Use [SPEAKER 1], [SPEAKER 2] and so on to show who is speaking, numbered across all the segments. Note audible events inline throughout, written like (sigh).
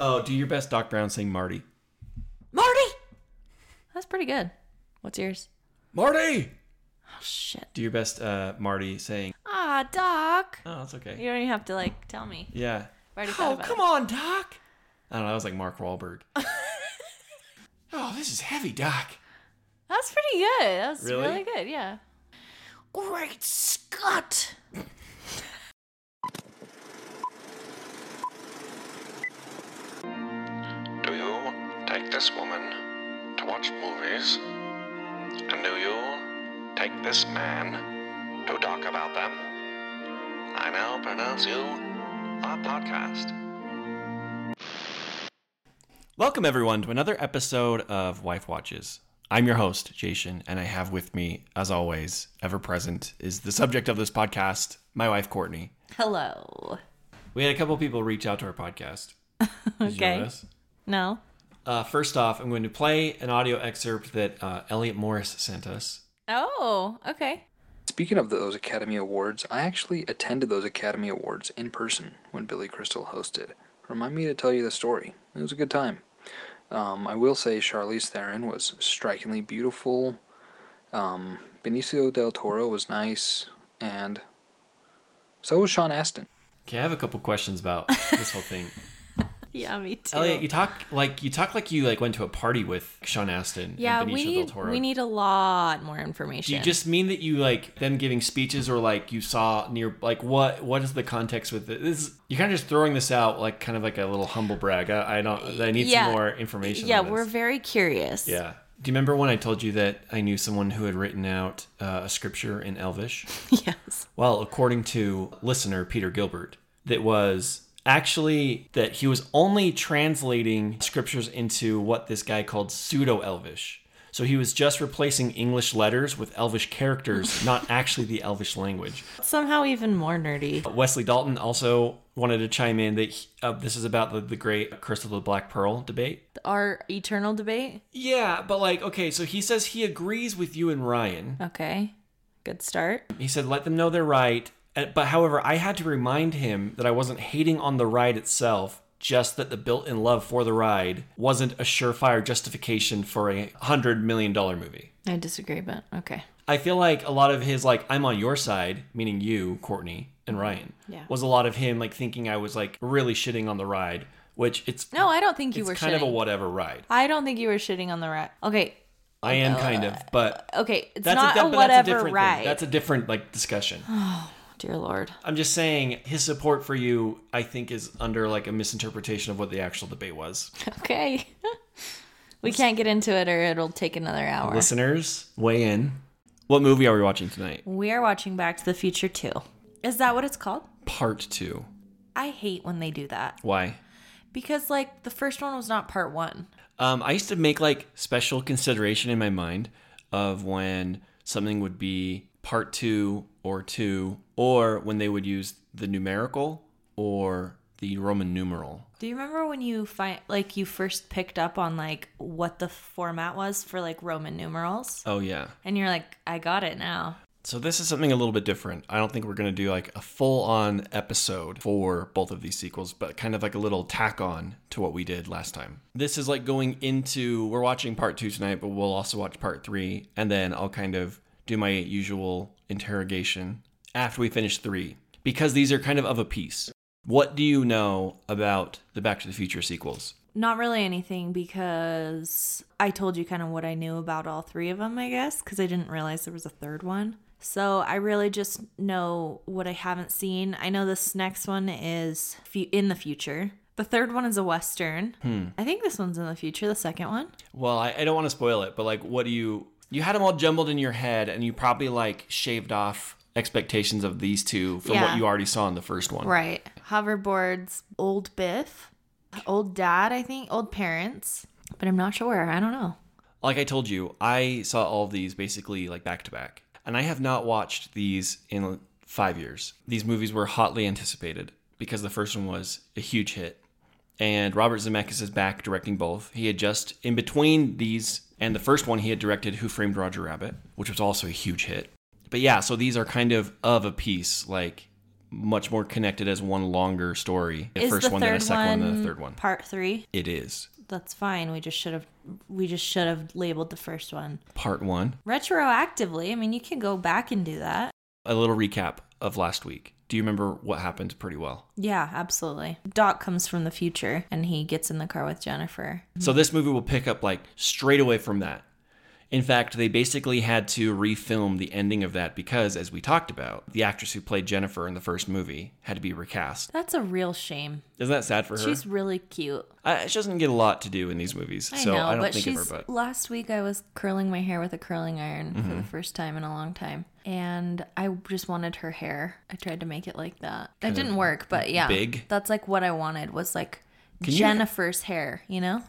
[SPEAKER 1] Oh, do your best, Doc Brown. Sing Marty.
[SPEAKER 2] Marty! That's pretty good. What's yours?
[SPEAKER 1] Marty.
[SPEAKER 2] Oh, shit.
[SPEAKER 1] Do your best, uh, Marty. Saying,
[SPEAKER 2] Ah, Doc.
[SPEAKER 1] oh, that's okay.
[SPEAKER 2] You don't even have to, like, tell me.
[SPEAKER 1] Yeah.
[SPEAKER 2] I already thought
[SPEAKER 1] Oh,
[SPEAKER 2] about
[SPEAKER 1] come
[SPEAKER 2] it.
[SPEAKER 1] on, Doc. I don't know. I was like Mark
[SPEAKER 2] (laughs)
[SPEAKER 1] Wahlberg. oh, this is heavy, Doc.
[SPEAKER 2] That's pretty good. That's
[SPEAKER 1] Really?
[SPEAKER 2] really? good, yeah. Great Scott!
[SPEAKER 3] Do you take this woman to watch movies? And do you take this man to talk about them? I now pronounce you a podcast.
[SPEAKER 1] Welcome, everyone, to another episode of Wife Watches. I'm your host, Jason, and I have with me, as always, ever present, is the subject of this podcast, my wife, Courtney.
[SPEAKER 2] Hello.
[SPEAKER 1] We had a couple people reach out to our podcast. Did you know
[SPEAKER 2] (laughs) Okay.
[SPEAKER 1] this?
[SPEAKER 2] No?
[SPEAKER 1] Uh, first off, I'm going to play an audio excerpt that uh, Elliot Morris sent us.
[SPEAKER 2] Oh, okay.
[SPEAKER 4] Speaking of those Academy Awards, I actually attended those Academy Awards in person when Billy Crystal hosted. Remind me to tell you the story. It was a good time. Um, I will say Charlize Theron was strikingly beautiful. Um, Benicio del Toro was nice, and so was Sean Astin.
[SPEAKER 1] Okay, I have a couple questions
[SPEAKER 2] (laughs)
[SPEAKER 1] about this whole thing.
[SPEAKER 2] Yeah, me too.
[SPEAKER 1] Elliot, you talk like you talk like you like went to a party with Sean Astin
[SPEAKER 2] yeah,
[SPEAKER 1] and Benicio
[SPEAKER 2] we
[SPEAKER 1] del
[SPEAKER 2] need,
[SPEAKER 1] Toro.
[SPEAKER 2] we need a lot more
[SPEAKER 1] Do
[SPEAKER 2] information.
[SPEAKER 1] you just mean that you like them giving speeches or like you saw near like what what is the context with it? this? You're kind of just throwing this out like kind of like a little humble brag. I, I don't. I need
[SPEAKER 2] Yeah.
[SPEAKER 1] some more information.
[SPEAKER 2] Yeah,
[SPEAKER 1] on this.
[SPEAKER 2] we're very curious.
[SPEAKER 1] Yeah. Do you remember when I told you that I knew someone who had written out uh, a scripture in Elvish?
[SPEAKER 2] (laughs) yes.
[SPEAKER 1] Well, according to listener Peter Gilbert, that was actually that he was only translating scriptures into what this guy called pseudo Elvish. So he was just replacing English letters with Elvish characters, not actually the Elvish language.
[SPEAKER 2] Somehow even more nerdy.
[SPEAKER 1] Wesley Dalton also wanted to chime in that he- uh, this is about the, the great Crystal of the Black Pearl debate.
[SPEAKER 2] Our eternal debate?
[SPEAKER 1] Yeah, but like, okay, so he says he agrees with you and Ryan.
[SPEAKER 2] Okay. Good start.
[SPEAKER 1] He said, let them know they're right. Uh, But however, I had to remind him that I wasn't hating on the ride itself, just that the built in love for the ride wasn't a surefire justification for a $100 million movie.
[SPEAKER 2] I disagree, but okay.
[SPEAKER 1] I feel like a lot of his, like, I'm on your side, meaning you, Courtney, and Ryan,
[SPEAKER 2] Yeah.
[SPEAKER 1] was a lot of him, like, thinking I was, like, really shitting on the ride, which it's,
[SPEAKER 2] No, I don't think you
[SPEAKER 1] it's
[SPEAKER 2] were
[SPEAKER 1] kind
[SPEAKER 2] shitting.
[SPEAKER 1] of a whatever ride.
[SPEAKER 2] I don't think you were shitting on the rat. Okay.
[SPEAKER 1] I am kind of, but
[SPEAKER 2] Okay. It's
[SPEAKER 1] that's,
[SPEAKER 2] not
[SPEAKER 1] a,
[SPEAKER 2] a
[SPEAKER 1] that- but that's a
[SPEAKER 2] whatever
[SPEAKER 1] different
[SPEAKER 2] ride.
[SPEAKER 1] thing. That's a different, like, discussion.
[SPEAKER 2] Dear Lord.
[SPEAKER 1] I'm just saying his support for you, I think, is under like a misinterpretation of what the actual debate was.
[SPEAKER 2] (laughs) Okay. (laughs) we can't get into it or it'll take another hour.
[SPEAKER 1] Listeners, weigh in. What movie are we watching tonight?
[SPEAKER 2] We are watching Back to the Future 2. Is that what it's called?
[SPEAKER 1] Part two.
[SPEAKER 2] I hate when they do that
[SPEAKER 1] Why?
[SPEAKER 2] because, like, the first one was not part one.
[SPEAKER 1] Um, I used to make like special consideration in my mind of when something would be part two or two, or when they would use the numerical or the Roman numeral.
[SPEAKER 2] Do you remember when you find like you first picked up on like what the format was for like Roman numerals?
[SPEAKER 1] Oh, yeah.
[SPEAKER 2] And you're like, I got it now.
[SPEAKER 1] So this is something a little bit different. I don't think we're going to do like a full-on episode for both of these sequels, but kind of like a little tack on to what we did last time. This is like going into we're watching part 2 tonight, but we'll also watch part 3 and then I'll kind of do my usual interrogation after we finish 3 because these are kind of of a piece. What do you know about the Back to the Future sequels?
[SPEAKER 2] Not really anything because I told you kind of what I knew about all three of them, I guess, because I didn't realize there was a third one. So I really just know what I haven't seen. I know this next one is fu- in the future. The third one is a Western.
[SPEAKER 1] Hmm.
[SPEAKER 2] I think this one's in the future, the second one.
[SPEAKER 1] Well, I, I don't want to spoil it, but like, what do you? You had them all jumbled in your head, and you probably like shaved off expectations of these two from what
[SPEAKER 2] Yeah.
[SPEAKER 1] you already saw in the first one.
[SPEAKER 2] Right. Hoverboards, old Biff, old dad, I think, old parents. But I'm not sure. I don't know.
[SPEAKER 1] Like I told you, I saw all of these basically like back to back, and I have not watched these in five years. These movies were hotly anticipated because the first one was a huge hit, and Robert Zemeckis is back directing both. He had just in between these and the first one, he had directed Who Framed Roger Rabbit, which was also a huge hit. But yeah, so these are kind of of a piece. Like much more connected as one longer story. The
[SPEAKER 2] Is
[SPEAKER 1] first
[SPEAKER 2] the
[SPEAKER 1] one,
[SPEAKER 2] third
[SPEAKER 1] then a second one, then a third one.
[SPEAKER 2] Part three.
[SPEAKER 1] It is
[SPEAKER 2] That's fine. We just should have we just should have labeled the first one
[SPEAKER 1] part one.
[SPEAKER 2] retroactively. I mean, you can go back and do that.
[SPEAKER 1] A little recap of last week. Do you remember what happened pretty well?
[SPEAKER 2] Yeah, absolutely. Doc comes from the future and he gets in the car with Jennifer.
[SPEAKER 1] So this movie will pick up like straight away from that. In fact, they basically had to refilm the ending of that because, as we talked about, the actress who played Jennifer in the first movie had to be recast.
[SPEAKER 2] That's a real shame.
[SPEAKER 1] Isn't that sad for her?
[SPEAKER 2] She's really cute.
[SPEAKER 1] I, she doesn't get a lot to do in these movies,
[SPEAKER 2] I
[SPEAKER 1] so
[SPEAKER 2] know,
[SPEAKER 1] I don't
[SPEAKER 2] but
[SPEAKER 1] think
[SPEAKER 2] she's.
[SPEAKER 1] of her. But Mm-hmm.
[SPEAKER 2] Last week I was curling my hair with a curling iron for the first time in a long time, and I just wanted her hair. I tried to make it like that. It didn't work, but yeah,
[SPEAKER 1] big?
[SPEAKER 2] That's like what I wanted was like
[SPEAKER 1] Can you-
[SPEAKER 2] Jennifer's hair, you know,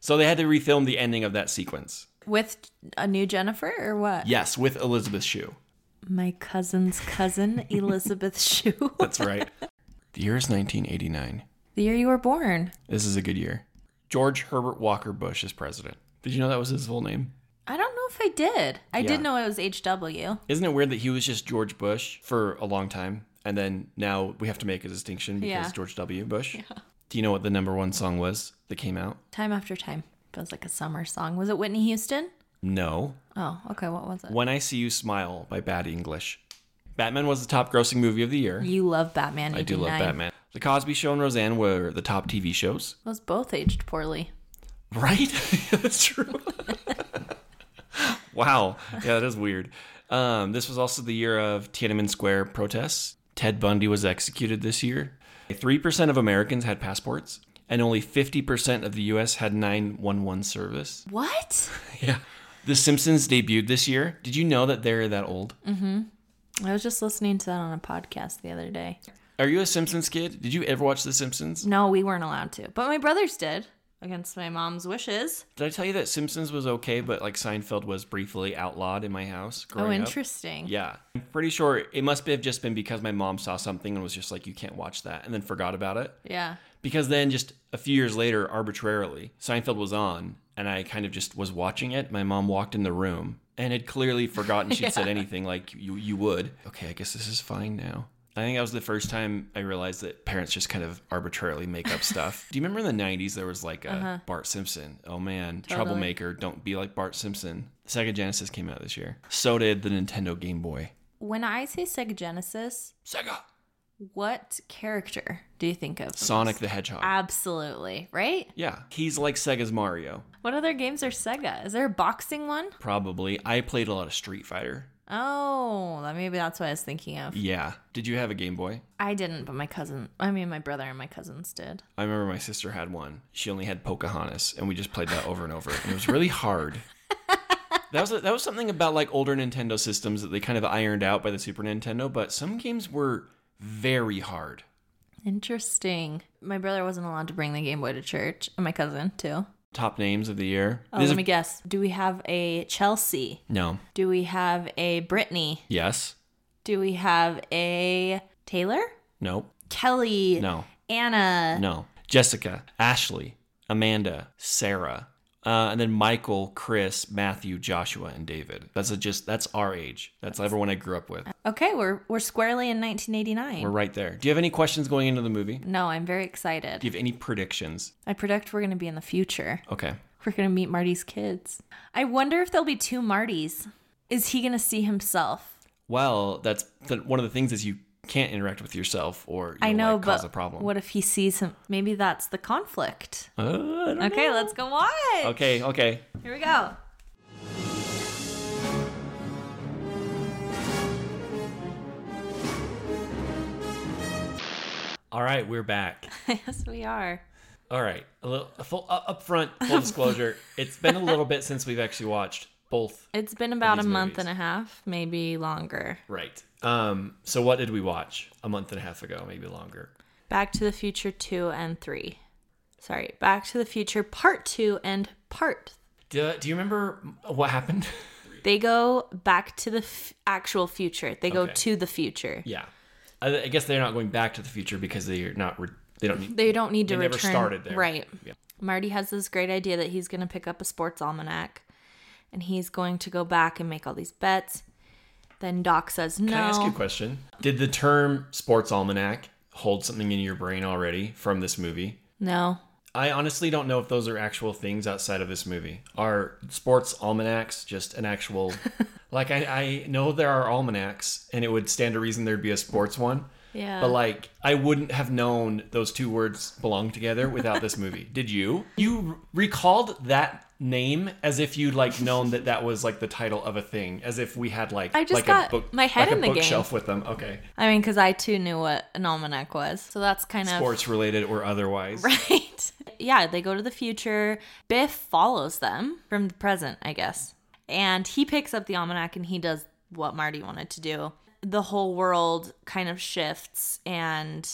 [SPEAKER 1] so they had to refilm the ending of that sequence.
[SPEAKER 2] with a new Jennifer or what?
[SPEAKER 1] Yes, with Elizabeth Shue.
[SPEAKER 2] My
[SPEAKER 1] (laughs)
[SPEAKER 2] cousin's cousin Elizabeth Shue.
[SPEAKER 1] That's right.
[SPEAKER 2] (laughs)
[SPEAKER 1] the year is 1989.
[SPEAKER 2] the year you were born.
[SPEAKER 1] This is a good year. George Herbert Walker Bush is president. Did you know that was his full name?
[SPEAKER 2] I don't know if I did. I
[SPEAKER 1] Yeah.
[SPEAKER 2] did know it was HW.
[SPEAKER 1] Isn't it weird that he was just George Bush for a long time and then now we have to make a distinction because
[SPEAKER 2] Yeah.
[SPEAKER 1] George W. Bush? Do you know what the number one song was that came out?
[SPEAKER 2] Time after time. Feels like a summer song. Was it Whitney Houston?
[SPEAKER 1] No.
[SPEAKER 2] Oh, okay. What was it?
[SPEAKER 1] When I See You Smile by Bad English. Batman was the top grossing movie of the year.
[SPEAKER 2] You love Batman.
[SPEAKER 1] I do
[SPEAKER 2] 89.
[SPEAKER 1] love Batman. The Cosby Show and Roseanne were the top TV shows.
[SPEAKER 2] Those both aged poorly.
[SPEAKER 1] Right? (laughs) That's true. (laughs) wow. Yeah, that is weird. Um, this was also the year of Tiananmen Square protests. Ted Bundy was executed this year. 3% of Americans had passports, and only 50% of the U.S. had 911 service.
[SPEAKER 2] What?
[SPEAKER 1] Yeah. The Simpsons debuted this year. Did you know that they're that old?
[SPEAKER 2] I was just listening to that on a podcast the other day.
[SPEAKER 1] Are you a Simpsons kid? Did you ever watch The Simpsons?
[SPEAKER 2] No, we weren't allowed to, but my brothers did against my mom's wishes.
[SPEAKER 1] Did I tell you that Simpsons was okay, but like Seinfeld was briefly outlawed in my house growing
[SPEAKER 2] oh,
[SPEAKER 1] up?
[SPEAKER 2] interesting.
[SPEAKER 1] Yeah. I'm pretty sure it must have just been because my mom saw something and was just like, you can't watch that, and then forgot about it.
[SPEAKER 2] Yeah.
[SPEAKER 1] Because then, just a few years later, arbitrarily, Seinfeld was on, and I kind of just was watching it. My mom walked in the room and had clearly forgotten she'd said anything like you, you would. Okay, I guess this is fine now. I think that was the first time I realized that parents just kind of arbitrarily make up stuff. Do you remember in the 90s there was like a Bart Simpson? Oh man, troublemaker, don't be like Bart Simpson. Sega Genesis came out this year. So did the Nintendo Game Boy.
[SPEAKER 2] When I say Sega Genesis,
[SPEAKER 1] Sega.
[SPEAKER 2] what character do you think of?
[SPEAKER 1] Sonic the Hedgehog.
[SPEAKER 2] Absolutely, right?
[SPEAKER 1] yeah, he's like Sega's Mario.
[SPEAKER 2] What other games are Sega? Is there a boxing one?
[SPEAKER 1] Probably. I played a lot of Street Fighter.
[SPEAKER 2] Oh, that maybe that's what I was thinking of.
[SPEAKER 1] Yeah. Did you have a Game Boy?
[SPEAKER 2] I didn't, but my cousin, I mean, my brother and my cousins did.
[SPEAKER 1] I remember my sister had one. She only had Pocahontas, and we just played that over and over. And it was really hard.
[SPEAKER 2] (laughs)
[SPEAKER 1] That was that was something about like older Nintendo systems that they kind of ironed out by the Super Nintendo. But some games were very hard.
[SPEAKER 2] Interesting. My brother wasn't allowed to bring the Game Boy to church, and my cousin too.
[SPEAKER 1] Top names of the year.
[SPEAKER 2] Oh,
[SPEAKER 1] These
[SPEAKER 2] let
[SPEAKER 1] are-
[SPEAKER 2] me guess. Do we have a Chelsea?
[SPEAKER 1] no.
[SPEAKER 2] Do we have a Brittany?
[SPEAKER 1] Yes.
[SPEAKER 2] Do we have a Taylor?
[SPEAKER 1] No.
[SPEAKER 2] Kelly?
[SPEAKER 1] No.
[SPEAKER 2] Anna?
[SPEAKER 1] No. Jessica, Ashley, Amanda, Sarah, uh, and then Michael, Chris, Matthew, Joshua, and David. That's a just that's our age. That's everyone I grew up with.
[SPEAKER 2] Okay, we're we're squarely in 1989.
[SPEAKER 1] We're right there. Do you have any questions going into the movie?
[SPEAKER 2] no, I'm very excited.
[SPEAKER 1] Do you have any predictions?
[SPEAKER 2] I predict we're going to be in the future.
[SPEAKER 1] Okay.
[SPEAKER 2] We're going to meet Marty's kids. I wonder if there'll be two Martys. Is he going to see himself?
[SPEAKER 1] Well, that's th- one of the things is you can't interact with yourself or
[SPEAKER 2] I
[SPEAKER 1] you'll,
[SPEAKER 2] know,
[SPEAKER 1] like,
[SPEAKER 2] but
[SPEAKER 1] cause a problem.
[SPEAKER 2] what if he sees him? Maybe that's the conflict.
[SPEAKER 1] Uh, I don't
[SPEAKER 2] Okay, let's go watch.
[SPEAKER 1] know. Okay. Okay.
[SPEAKER 2] Here we go. (laughs)
[SPEAKER 1] All right. We're back.
[SPEAKER 2] yes, we are.
[SPEAKER 1] All right. A little a full uh, up front
[SPEAKER 2] (laughs)
[SPEAKER 1] full disclosure. it's been a little bit since we've actually watched both
[SPEAKER 2] It's been about a
[SPEAKER 1] these
[SPEAKER 2] month
[SPEAKER 1] movies.
[SPEAKER 2] and a half, maybe longer.
[SPEAKER 1] Right. Um, so what did we watch a month and a half ago, maybe longer?
[SPEAKER 2] Back to the Future 2 and 3. Sorry, Back to the Future Part 2 and Part.
[SPEAKER 1] Do, do you remember what happened? (laughs)
[SPEAKER 2] They go back to the f- actual future. They go
[SPEAKER 1] Okay.
[SPEAKER 2] to the future.
[SPEAKER 1] yeah. I, I guess they're not going back to the future because they're not. Re- they don't need.
[SPEAKER 2] They don't need to
[SPEAKER 1] They never
[SPEAKER 2] return.
[SPEAKER 1] started there.
[SPEAKER 2] Right.
[SPEAKER 1] Yeah.
[SPEAKER 2] Marty has this great idea that he's going to pick up a sports almanac and he's going to go back and make all these bets. Then Doc says no.
[SPEAKER 1] Can I ask you a question? Did the term sports almanac hold something in your brain already from this movie?
[SPEAKER 2] No.
[SPEAKER 1] I honestly don't know if those are actual things outside of this movie. Are sports almanacs just an
[SPEAKER 2] (laughs)
[SPEAKER 1] actual? like I, I know there are almanacs, and it would stand to reason there'd be a sports one.
[SPEAKER 2] Yeah.
[SPEAKER 1] But like, I wouldn't have known those two words belong together without this movie. Did you? You recalled that name as if you'd like known that that was like the title of a thing, as if we had like
[SPEAKER 2] I just
[SPEAKER 1] like
[SPEAKER 2] got
[SPEAKER 1] a book,
[SPEAKER 2] my head
[SPEAKER 1] like
[SPEAKER 2] in
[SPEAKER 1] a
[SPEAKER 2] the game.
[SPEAKER 1] bookshelf with them. Okay,
[SPEAKER 2] I mean, because I too knew what an almanac was. So that's kind of.
[SPEAKER 1] sports related or otherwise.
[SPEAKER 2] (laughs) Right. Yeah, they go to the future. Biff follows them from the present, I guess. And he picks up the almanac and he does what Marty wanted to do. The whole world kind of shifts and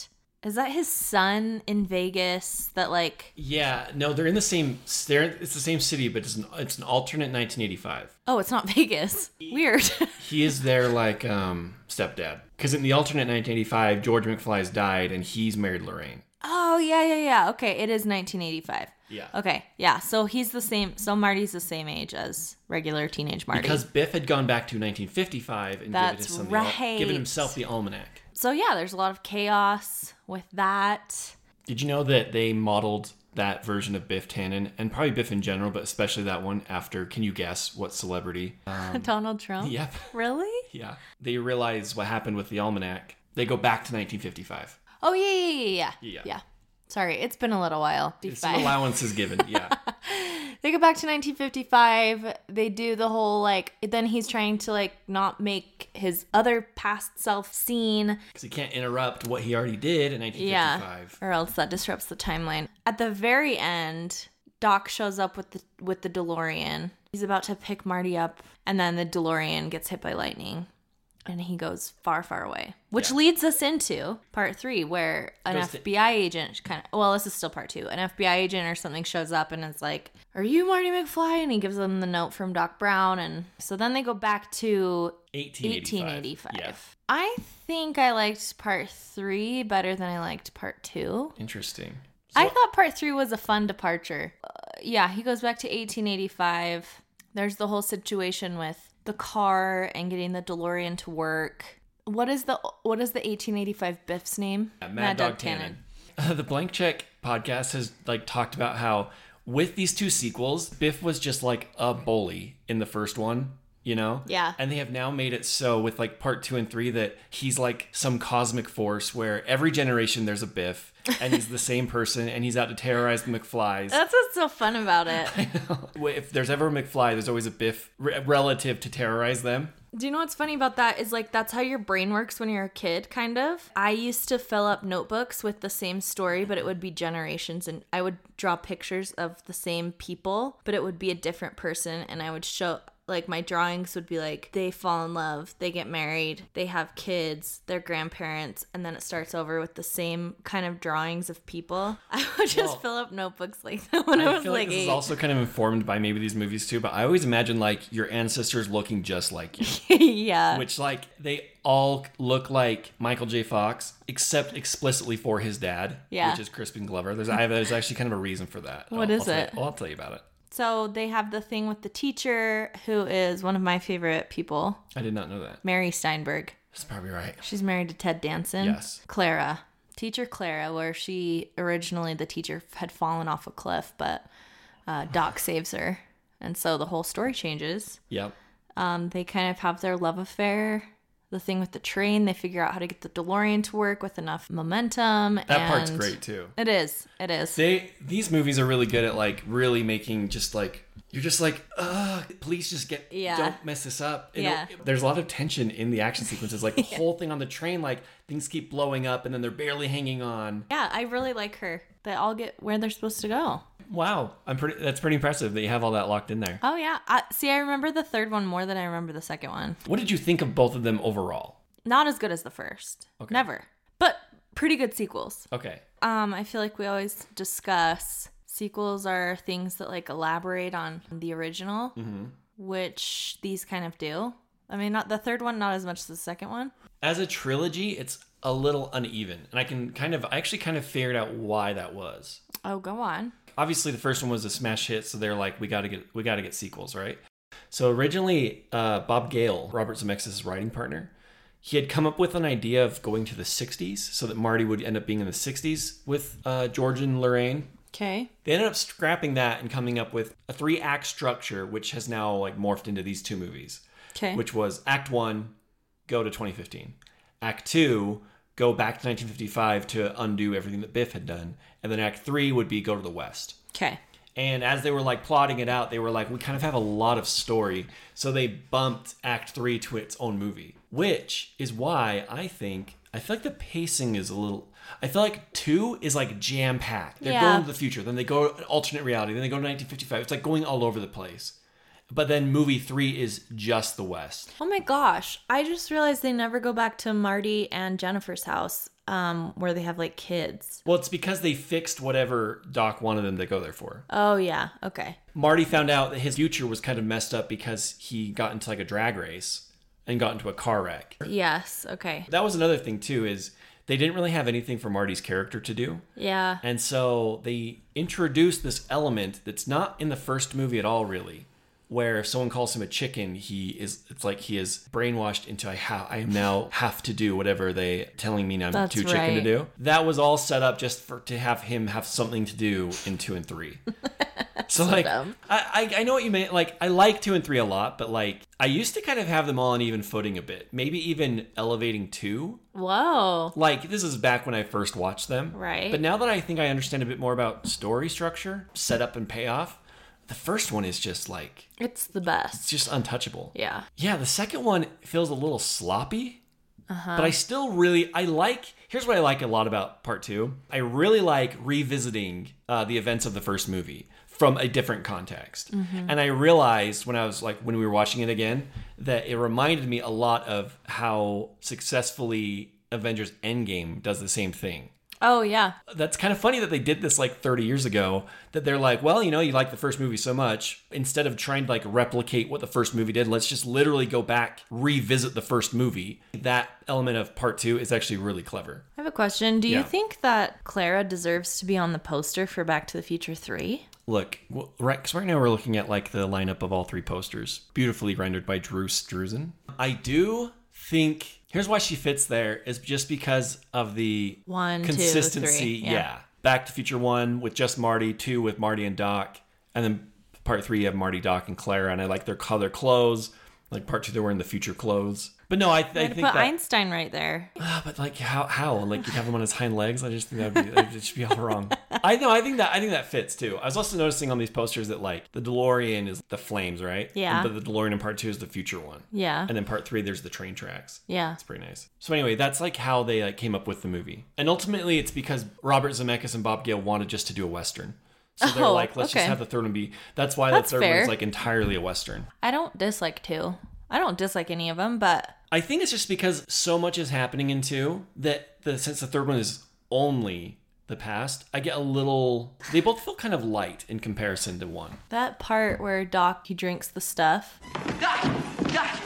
[SPEAKER 2] is that his son in Vegas that like
[SPEAKER 1] Yeah, no, they're in the same. They're, it's the same city, but it's an it's an alternate 1985.
[SPEAKER 2] oh, it's not (laughs) Vegas. Weird. (laughs)
[SPEAKER 1] He is their like um stepdad because in the alternate 1985, George McFly's died and he's married Lorraine.
[SPEAKER 2] oh, yeah, yeah, yeah. Okay, it is 1985.
[SPEAKER 1] Yeah.
[SPEAKER 2] Okay. Yeah, so he's the same so Marty's the same age as regular teenage Marty.
[SPEAKER 1] Because Biff had gone back to 1955 and given,
[SPEAKER 2] That's
[SPEAKER 1] his son the al-
[SPEAKER 2] right.
[SPEAKER 1] given himself the almanac.
[SPEAKER 2] so yeah, there's a lot of chaos with that. (laughs)
[SPEAKER 1] Did you know that they modeled that version of Biff Tannen and probably Biff in general, but especially that one after? Can you guess what celebrity? (laughs)
[SPEAKER 2] Donald Trump?
[SPEAKER 1] Yep.
[SPEAKER 2] Really?
[SPEAKER 1] Yeah. They realize what happened with the almanac. They go back to 1955.
[SPEAKER 2] Oh yeah, yeah, yeah, yeah,
[SPEAKER 1] Yeah.
[SPEAKER 2] yeah. Yeah. Sorry, it's been a little while.
[SPEAKER 1] Some
[SPEAKER 2] 55.
[SPEAKER 1] allowances given. Yeah.
[SPEAKER 2] they go back to 1955. They do the whole like. Then he's trying to like not make his other past self seen.
[SPEAKER 1] Because he can't interrupt what he already did in
[SPEAKER 2] Yeah,
[SPEAKER 1] 1955.
[SPEAKER 2] or else that disrupts the timeline. At the very end, Doc shows up with the with the DeLorean. He's about to pick Marty up, and then the DeLorean gets hit by lightning. And he goes far, far away, which leads us into part three, where an
[SPEAKER 1] Goes to-
[SPEAKER 2] FBI agent kind of, well, this is still part two. An FBI agent or something shows up and is like, Are you Marty McFly? And he gives them the note from Doc Brown. And so then they go back to
[SPEAKER 1] 1885.
[SPEAKER 2] 1885.
[SPEAKER 1] Yeah.
[SPEAKER 2] I think I liked part three better than I liked part two.
[SPEAKER 1] Interesting.
[SPEAKER 2] I thought part three was a fun departure. Uh, yeah, he goes back to 1885. There's the whole situation with the car and getting the DeLorean to work. What is the what is the 1885 Biff's name?
[SPEAKER 1] Yeah, Mad, Dog, Tannen. Uh, (laughs) the Blank Check podcast has like talked about how with these two sequels, Biff was just like a bully in the first one, you know?
[SPEAKER 2] Yeah.
[SPEAKER 1] And they have now made it so with like part two and three that he's like some cosmic force where every generation there's a (laughs) Biff and he's the same person and he's out to terrorize the McFlys.
[SPEAKER 2] That's what's so fun about it.
[SPEAKER 1] (laughs) if there's ever a McFly, there's always a Biff re- relative to terrorize them.
[SPEAKER 2] Do you know what's funny about that is like that's how your brain works when you're a kid, kind of. I used to fill up notebooks with the same story, but it would be generations, and I would draw pictures of the same people, but it would be a different person, and I would show like my drawings would be like they fall in love, they get married, they have kids, their grandparents, and then it starts over with the same kind of drawings of people. (laughs) I would just
[SPEAKER 1] Well,
[SPEAKER 2] fill up notebooks like that when I,
[SPEAKER 1] I
[SPEAKER 2] was
[SPEAKER 1] feel like
[SPEAKER 2] like,
[SPEAKER 1] this is
[SPEAKER 2] eight.
[SPEAKER 1] also kind of informed by maybe these movies too, but I always imagine like your ancestors looking just like you.
[SPEAKER 2] (laughs) yeah.
[SPEAKER 1] which like they all look like Michael J. Fox, except explicitly for his dad,
[SPEAKER 2] Yeah.
[SPEAKER 1] which is Crispin Glover. There's I have there's actually kind of a reason for that.
[SPEAKER 2] What
[SPEAKER 1] What is
[SPEAKER 2] is it?
[SPEAKER 1] I'll tell you about it.
[SPEAKER 2] So they have the thing with the teacher, who is one of my favorite people,
[SPEAKER 1] I did not know that.
[SPEAKER 2] Mary Steinberg.
[SPEAKER 1] That's probably right.
[SPEAKER 2] She's married to Ted Danson.
[SPEAKER 1] Yes.
[SPEAKER 2] Clara, teacher Clara, where she originally the teacher had fallen off a cliff, but uh,
[SPEAKER 1] (sighs)
[SPEAKER 2] Doc saves her, and so the whole story changes.
[SPEAKER 1] Yep.
[SPEAKER 2] Um, they kind of have their love affair. The thing with the train, they figure out how to get the DeLorean to work with enough momentum.
[SPEAKER 1] That part's
[SPEAKER 2] and-
[SPEAKER 1] great too.
[SPEAKER 2] It is. It is.
[SPEAKER 1] They these movies are really good at like really making just like you're just like, ugh, please just get
[SPEAKER 2] Yeah.
[SPEAKER 1] don't mess this up. You know,
[SPEAKER 2] Yeah.
[SPEAKER 1] there's a lot of tension in the action sequences.
[SPEAKER 2] (laughs)
[SPEAKER 1] Like the whole thing on the train, like things keep blowing up and then they're barely hanging on.
[SPEAKER 2] Yeah, I really like her. They all get where they're supposed to go.
[SPEAKER 1] Wow. I'm pretty that's pretty impressive that you have all that locked in there.
[SPEAKER 2] Oh yeah. I, see, I remember the third one more than I remember the second one.
[SPEAKER 1] What did you think of both of them overall?
[SPEAKER 2] Not as good as the first.
[SPEAKER 1] Okay.
[SPEAKER 2] Never. But pretty good sequels.
[SPEAKER 1] Okay.
[SPEAKER 2] Um, I feel like we always discuss sequels are things that like elaborate on the original, which these kind of do. I mean, not the third one, not as much as the second one.
[SPEAKER 1] As a trilogy, it's a little uneven. And I can kind of, I actually kind of figured out why that was.
[SPEAKER 2] Oh, go on.
[SPEAKER 1] Obviously, the first one was a smash hit, so they're like, we gotta get, we gotta get sequels, right? So originally, uh, Bob Gale, Robert Zemeckis' writing partner, he had come up with an idea of going to the 60s so that Marty would end up being in the 60s with uh, George and Lorraine.
[SPEAKER 2] Okay.
[SPEAKER 1] They ended up scrapping that and coming up with a three act structure, which has now like morphed into these two movies,
[SPEAKER 2] Okay.
[SPEAKER 1] which was Act One, go to 2015. Act Two, go back to 1955 to undo everything that Biff had done. And then Act Three would be go to the West.
[SPEAKER 2] Okay.
[SPEAKER 1] And as they were like plotting it out, they were like, we kind of have a lot of story. So they bumped Act Three to its own movie, which is why I think I feel like the pacing is a little. I feel like two is like jam packed. They're
[SPEAKER 2] Yeah.
[SPEAKER 1] going to the future, then they go to alternate reality, then they go to 1955. It's like going all over the place. But then movie three is just the West.
[SPEAKER 2] Oh my gosh. I just realized they never go back to Marty and Jennifer's house um, where they have like kids.
[SPEAKER 1] Well, it's because they fixed whatever Doc wanted them to go there for.
[SPEAKER 2] Oh, yeah. Okay.
[SPEAKER 1] Marty found out that his future was kind of messed up because he got into like a drag race and got into a car wreck.
[SPEAKER 2] Yes. Okay.
[SPEAKER 1] That was another thing too is they didn't really have anything for Marty's character to do.
[SPEAKER 2] Yeah.
[SPEAKER 1] And so they introduced this element that's not in the first movie at all really where if someone calls him a chicken, he is it's like he is brainwashed into I have I now have to do whatever they telling me now I'm
[SPEAKER 2] That's
[SPEAKER 1] too chicken to
[SPEAKER 2] right.
[SPEAKER 1] do. That was all set up just for to have him have something to do in 2 and
[SPEAKER 2] (laughs)
[SPEAKER 1] 3. So like I, I I know what you meant. Like I like two and three a lot, but like I used to kind of have them all on even footing a bit. Maybe even elevating two.
[SPEAKER 2] Whoa.
[SPEAKER 1] Like this is back when I first watched them.
[SPEAKER 2] Right.
[SPEAKER 1] But now that I think I understand a bit more about story structure, setup and payoff, the first one is just like
[SPEAKER 2] It's the
[SPEAKER 1] it's
[SPEAKER 2] best.
[SPEAKER 1] just untouchable.
[SPEAKER 2] Yeah.
[SPEAKER 1] Yeah, the second one feels a little sloppy. But I still really I like here's what I like a lot about part 2. I really like revisiting uh, the events of the first movie from a different context. And I realized when I was like when we were watching it again that it reminded me a lot of how successfully Avengers Endgame does the same thing
[SPEAKER 2] Oh, yeah.
[SPEAKER 1] that's kind of funny that they did this like 30 years ago that they're like well you know you like the first movie so much instead of trying to like replicate what the first movie did let's just literally go back revisit the first movie that element of part two is actually really clever
[SPEAKER 2] I have a question. Do
[SPEAKER 1] Yeah.
[SPEAKER 2] you think that Clara deserves to be on the poster for Back to the Future 3?
[SPEAKER 1] look w- right because right now we're looking at like the lineup of all three posters beautifully rendered by drew struzan i do think here's why she fits there is just because of the
[SPEAKER 2] One, two,
[SPEAKER 1] consistency
[SPEAKER 2] three.
[SPEAKER 1] yeah. back to future one with just marty two with marty and doc and then part three you have marty doc and clara and i like their color clothes like part two they're wearing the future clothes but no i, I
[SPEAKER 2] I'd
[SPEAKER 1] think
[SPEAKER 2] put
[SPEAKER 1] that,
[SPEAKER 2] Einstein right there.
[SPEAKER 1] Ah, but like how how like you'd have him on his hind legs? I just think that would be it should be all
[SPEAKER 2] (laughs)
[SPEAKER 1] wrong. I know. I think that I think that fits too. I was also noticing on these posters that like the DeLorean is the flames, right?
[SPEAKER 2] Yeah.
[SPEAKER 1] But the DeLorean in part two is the future one,
[SPEAKER 2] Yeah.
[SPEAKER 1] and then part three there's the train tracks.
[SPEAKER 2] Yeah.
[SPEAKER 1] It's pretty nice. So anyway, that's like how they like came up with the movie, and ultimately it's because Robert Zemeckis and Bob Gale wanted just to do a western. So they're
[SPEAKER 2] Oh,
[SPEAKER 1] like, let's
[SPEAKER 2] okay.
[SPEAKER 1] just have the third one be. That's why
[SPEAKER 2] That's
[SPEAKER 1] the third one
[SPEAKER 2] fair.
[SPEAKER 1] is like entirely a western.
[SPEAKER 2] I don't dislike two. I don't dislike any of them, but
[SPEAKER 1] I think it's just because so much is happening in two that the since the third one is only the past, I get a little. They both feel kind of light in comparison to one.
[SPEAKER 2] that part where Doc he drinks the stuff.
[SPEAKER 5] Doc! Doc!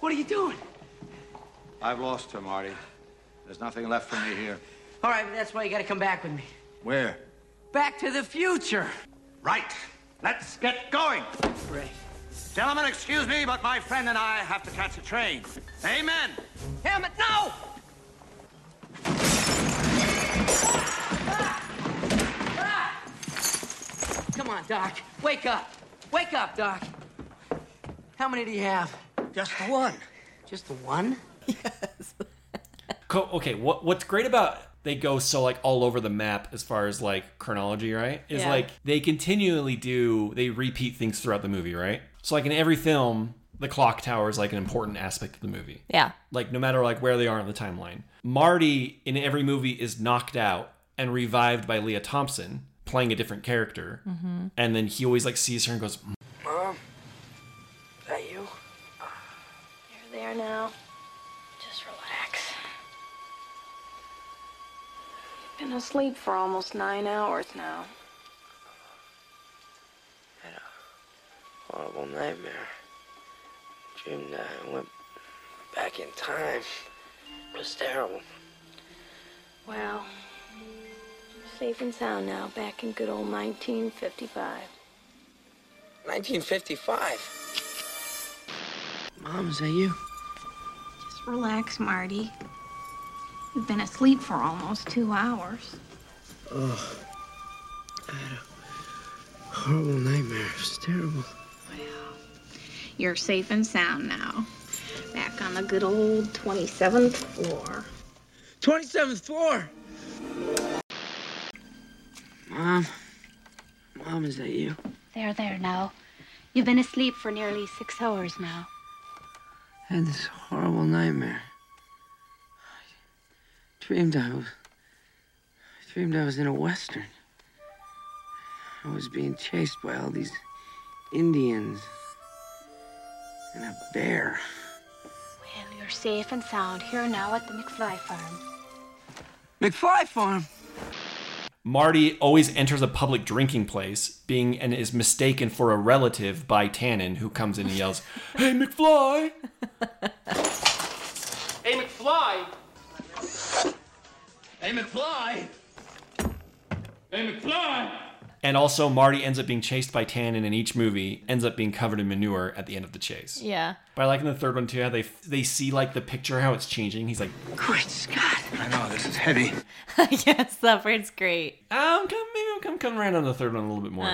[SPEAKER 5] What are you doing?
[SPEAKER 6] I've lost her, Marty. There's nothing left for me here.
[SPEAKER 5] All right, that's why you gotta come back with me.
[SPEAKER 6] Where?
[SPEAKER 5] Back to the future.
[SPEAKER 6] Right. Let's get going.
[SPEAKER 5] Ray.
[SPEAKER 6] Gentlemen, excuse me, but my friend and I have to catch a train. Amen.
[SPEAKER 5] Damn it, no! Come on, Doc. Wake up. Wake up, Doc. How many do you have?
[SPEAKER 6] Just the one.
[SPEAKER 5] Just the one?
[SPEAKER 1] Co- okay, what what's great about they go so like all over the map as far as like chronology, right? Is
[SPEAKER 2] Yeah.
[SPEAKER 1] like they continually do they repeat things throughout the movie, right? So like in every film, the clock tower is like an important aspect of the movie.
[SPEAKER 2] Yeah.
[SPEAKER 1] like no matter like where they are in the timeline. Marty in every movie is knocked out and revived by Leah Thompson playing a different character,
[SPEAKER 2] Mm-hmm.
[SPEAKER 1] and then he always like sees her and goes, "Mm,
[SPEAKER 5] that you?
[SPEAKER 7] You're there now. Just relax. You've been asleep for almost nine hours now.
[SPEAKER 8] horrible nightmare. Dreamed that I went back in time. It was terrible.
[SPEAKER 7] Well, you're safe and sound now, back in good old 1955.
[SPEAKER 8] 1955. Mom, is that you?
[SPEAKER 7] Just relax, Marty. We've been asleep for almost two hours.
[SPEAKER 8] Horrible nightmare. It's terrible.
[SPEAKER 7] You're safe and sound now. Back on the good old 27th floor.
[SPEAKER 8] 27th floor! Mom. Mom, is that you?
[SPEAKER 9] There, there now. You've been asleep for nearly six hours now.
[SPEAKER 8] I had this horrible nightmare. I dreamed I was. I dreamed I was in a western. I was being chased by all these Indians and a bear.
[SPEAKER 9] Well, you're safe and sound here now at the McFly farm.
[SPEAKER 8] McFly Farm!
[SPEAKER 1] Marty always enters a public drinking place, being and is mistaken for a relative by Tannen, who comes in and yells, "Hey, McFly!"
[SPEAKER 5] Hey, McFly!
[SPEAKER 6] Hey, McFly! Hey, McFly!
[SPEAKER 1] And also, Marty ends up being chased by Tannen in each movie, ends up being covered in manure at the end of the chase.
[SPEAKER 2] Yeah. (laughs)
[SPEAKER 1] But I like in the third one too how they they see like the picture how it's changing. He's like,
[SPEAKER 8] Great Scott!
[SPEAKER 6] I know, this is heavy.
[SPEAKER 2] yes, that part's great.
[SPEAKER 1] "I'm coming, maybe I'm coming, coming around on the third one a little bit more."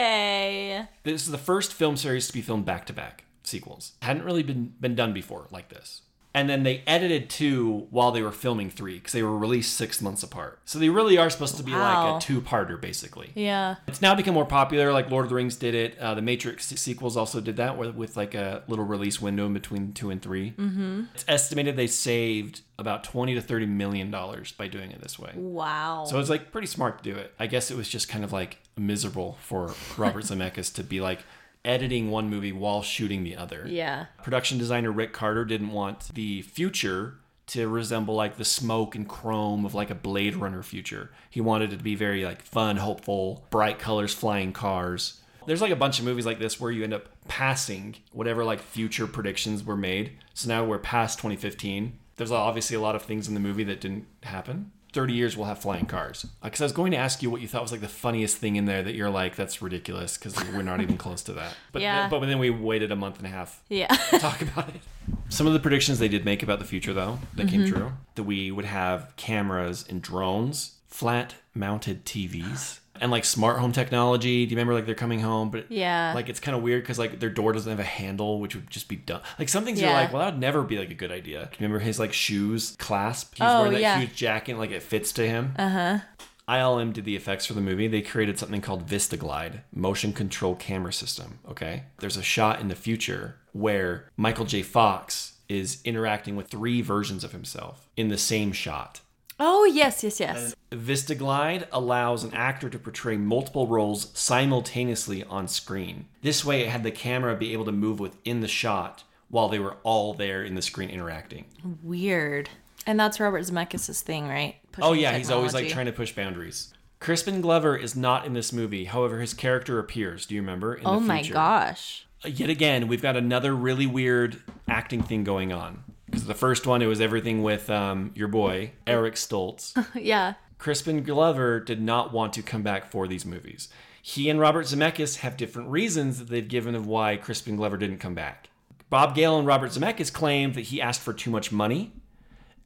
[SPEAKER 2] Okay.
[SPEAKER 1] This is the first film series to be filmed back to back sequels. Hadn't really been been done before like this. And then they edited two while they were filming three because they were released six months apart. So they really are supposed to be
[SPEAKER 2] Wow.
[SPEAKER 1] like a two parter basically.
[SPEAKER 2] Yeah.
[SPEAKER 1] It's now become more popular. Like Lord of the Rings did it. Uh, the Matrix sequels also did that with, with like a little release window in between two and 3 Mm-hmm. It's estimated they saved about twenty to thirty million dollars by doing it this way.
[SPEAKER 2] Wow.
[SPEAKER 1] So it's like pretty smart to do it. I guess it was just kind of like miserable for Robert Zemeckis to be like editing one movie while shooting the other.
[SPEAKER 2] yeah.
[SPEAKER 1] Production designer Rick Carter didn't want the future to resemble like the smoke and chrome of like a Blade Runner future. He wanted it to be very like fun, hopeful, bright colors, flying cars. There's like a bunch of movies like this where you end up passing whatever like future predictions were made. So now we're past 2015. There's obviously a lot of things in the movie that didn't happen. 30 years we'll have flying cars. Because I was going to ask you what you thought was like the funniest thing in there that you're like, that's ridiculous because we're not even close to that. But,
[SPEAKER 2] Yeah.
[SPEAKER 1] but then we waited a month and a half
[SPEAKER 2] Yeah.
[SPEAKER 1] talk about it. Some of the predictions they did make about the future, though, that came
[SPEAKER 2] Mm-hmm.
[SPEAKER 1] true, that we would have cameras and drones, flat-mounted
[SPEAKER 2] (gasps)
[SPEAKER 1] TVs, and like smart home technology. Do you remember like they're coming home, but
[SPEAKER 2] Yeah.
[SPEAKER 1] like it's kind of weird because like their door doesn't have a handle, which would just be dumb. Like some things
[SPEAKER 2] Yeah.
[SPEAKER 1] you're like, well, that would never be like a good idea. Do you remember his like shoes clasp? He's
[SPEAKER 2] Oh,
[SPEAKER 1] wearing that
[SPEAKER 2] yeah. Uh-huh.
[SPEAKER 1] huge jacket, and, like it fits to him. Uh huh. ILM did the effects for the movie. They created something called VistaGlide, motion control camera system. Okay. There's a shot in the future where Michael J. Fox is interacting with three versions of himself in the same shot.
[SPEAKER 2] (laughs) oh yes, yes, yes.
[SPEAKER 1] VistaGlide allows an actor to portray multiple roles simultaneously on screen. This way, it had the camera be able to move within the shot while they were all there in the screen interacting.
[SPEAKER 2] Weird. And that's Robert Zemeckis' thing, right?
[SPEAKER 1] oh yeah, he's always like trying to push boundaries. Crispin Glover is not in this movie. However, his character appears. Do you remember? In
[SPEAKER 2] Oh
[SPEAKER 1] the
[SPEAKER 2] my
[SPEAKER 1] future. Uh,
[SPEAKER 2] gosh.
[SPEAKER 1] Yet again, we've got another really weird acting thing going on. Because the first one, it was everything with um, your boy Eric Stoltz.
[SPEAKER 2] (laughs) Yeah.
[SPEAKER 1] Crispin Glover did not want to come back for these movies. He and Robert Zemeckis have different reasons that they've given of why Crispin Glover didn't come back. Bob Gale and Robert Zemeckis claimed that he asked for too much money,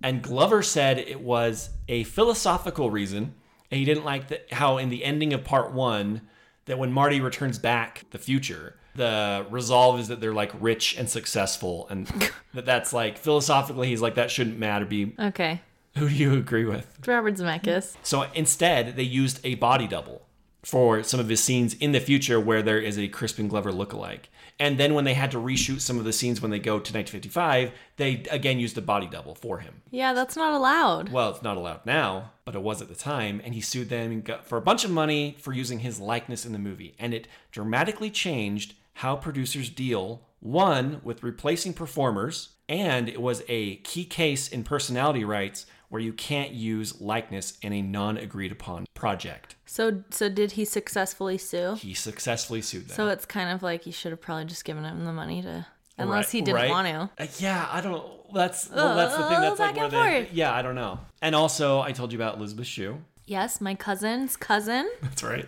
[SPEAKER 1] and Glover said it was a philosophical reason, and he didn't like the, how in the ending of part one, that when Marty returns back the future, the resolve is that they're like rich and successful, and that that's like philosophically, he's like that shouldn't matter. Be
[SPEAKER 2] Okay.
[SPEAKER 1] who do you agree with?
[SPEAKER 2] It's Robert Zemeckis.
[SPEAKER 1] So instead, they used a body double for some of his scenes in the future where there is a Crispin Glover lookalike. And then when they had to reshoot some of the scenes when they go to 1955, they again used a body double for him.
[SPEAKER 2] Yeah, that's not allowed.
[SPEAKER 1] Well, it's not allowed now, but it was at the time, and he sued them and got, for a bunch of money for using his likeness in the movie. And it dramatically changed how producers deal one with replacing performers, and it was a key case in personality rights where you can't use likeness in a non-agreed upon project.
[SPEAKER 2] So so did he successfully sue?
[SPEAKER 1] He successfully sued them.
[SPEAKER 2] So it's kind of like you should have probably just given him the money to unless
[SPEAKER 1] Right,
[SPEAKER 2] he didn't
[SPEAKER 1] right?
[SPEAKER 2] want to.
[SPEAKER 1] Uh, yeah, I don't. That's well, that's the thing.
[SPEAKER 2] Oh,
[SPEAKER 1] That's like
[SPEAKER 2] back
[SPEAKER 1] where
[SPEAKER 2] and
[SPEAKER 1] they.
[SPEAKER 2] forth.
[SPEAKER 1] Yeah, I don't know. And also, I told you about Elizabeth Shue.
[SPEAKER 2] Yes, my cousin's cousin.
[SPEAKER 1] (laughs) That's right.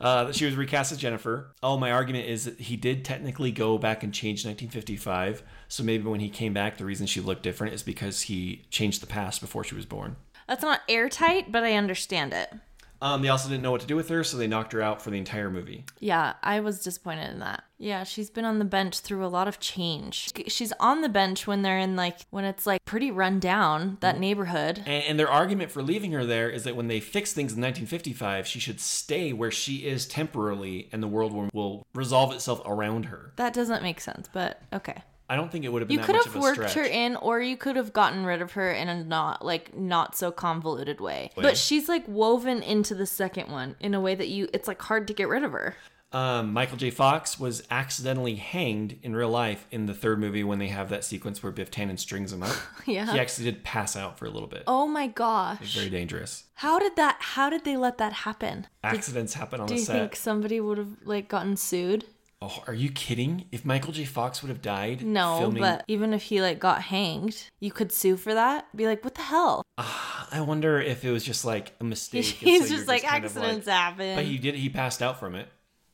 [SPEAKER 1] Uh, that she was recast as Jennifer. Oh, my argument is that he did technically go back and change 1955. So maybe when he came back, the reason she looked different is because he changed the past before she was born.
[SPEAKER 2] That's not airtight, but I understand it.
[SPEAKER 1] Um, they also didn't know what to do with her, so they knocked her out for the entire
[SPEAKER 2] (sighs)
[SPEAKER 1] movie.
[SPEAKER 2] Yeah, I was disappointed in that. Yeah, she's been on the bench through a lot of change. She's on the bench when they're in like when it's like pretty run down
[SPEAKER 1] Mm.
[SPEAKER 2] that neighborhood.
[SPEAKER 1] And, and their argument for leaving her there is that when they fix things in 1955, she should stay where she is temporarily, and the world will, will resolve itself around her.
[SPEAKER 2] That doesn't make sense, but okay.
[SPEAKER 1] I don't think it would have been
[SPEAKER 2] You
[SPEAKER 1] that
[SPEAKER 2] could
[SPEAKER 1] much
[SPEAKER 2] have
[SPEAKER 1] of a
[SPEAKER 2] worked
[SPEAKER 1] stretch.
[SPEAKER 2] her in, or you could have gotten rid of her in a not like not so convoluted way. But she's like woven into the second one in a way that you it's like hard to get rid of her.
[SPEAKER 1] Um, Michael J. Fox was accidentally hanged in real life in the third movie when they have that sequence where Biff Tannen strings him up.
[SPEAKER 2] (laughs) Yeah.
[SPEAKER 1] He actually did pass out for a little bit.
[SPEAKER 2] Oh my gosh.
[SPEAKER 1] Very dangerous.
[SPEAKER 2] How did that how did they let that happen?
[SPEAKER 1] Accidents happen on
[SPEAKER 2] Do
[SPEAKER 1] the
[SPEAKER 2] you
[SPEAKER 1] set.
[SPEAKER 2] think somebody would have like gotten sued?
[SPEAKER 1] Oh, are you kidding? If Michael J. Fox would have died,
[SPEAKER 2] No,
[SPEAKER 1] filming,
[SPEAKER 2] but even if he like got hanged, you could sue for that. Be like, what the hell?
[SPEAKER 1] ah, I wonder if it was just like a
[SPEAKER 2] (laughs)
[SPEAKER 1] mistake. and so
[SPEAKER 2] He's
[SPEAKER 1] you're
[SPEAKER 2] just like
[SPEAKER 1] kind of
[SPEAKER 2] accidents happen.
[SPEAKER 1] But he did. He passed out from it.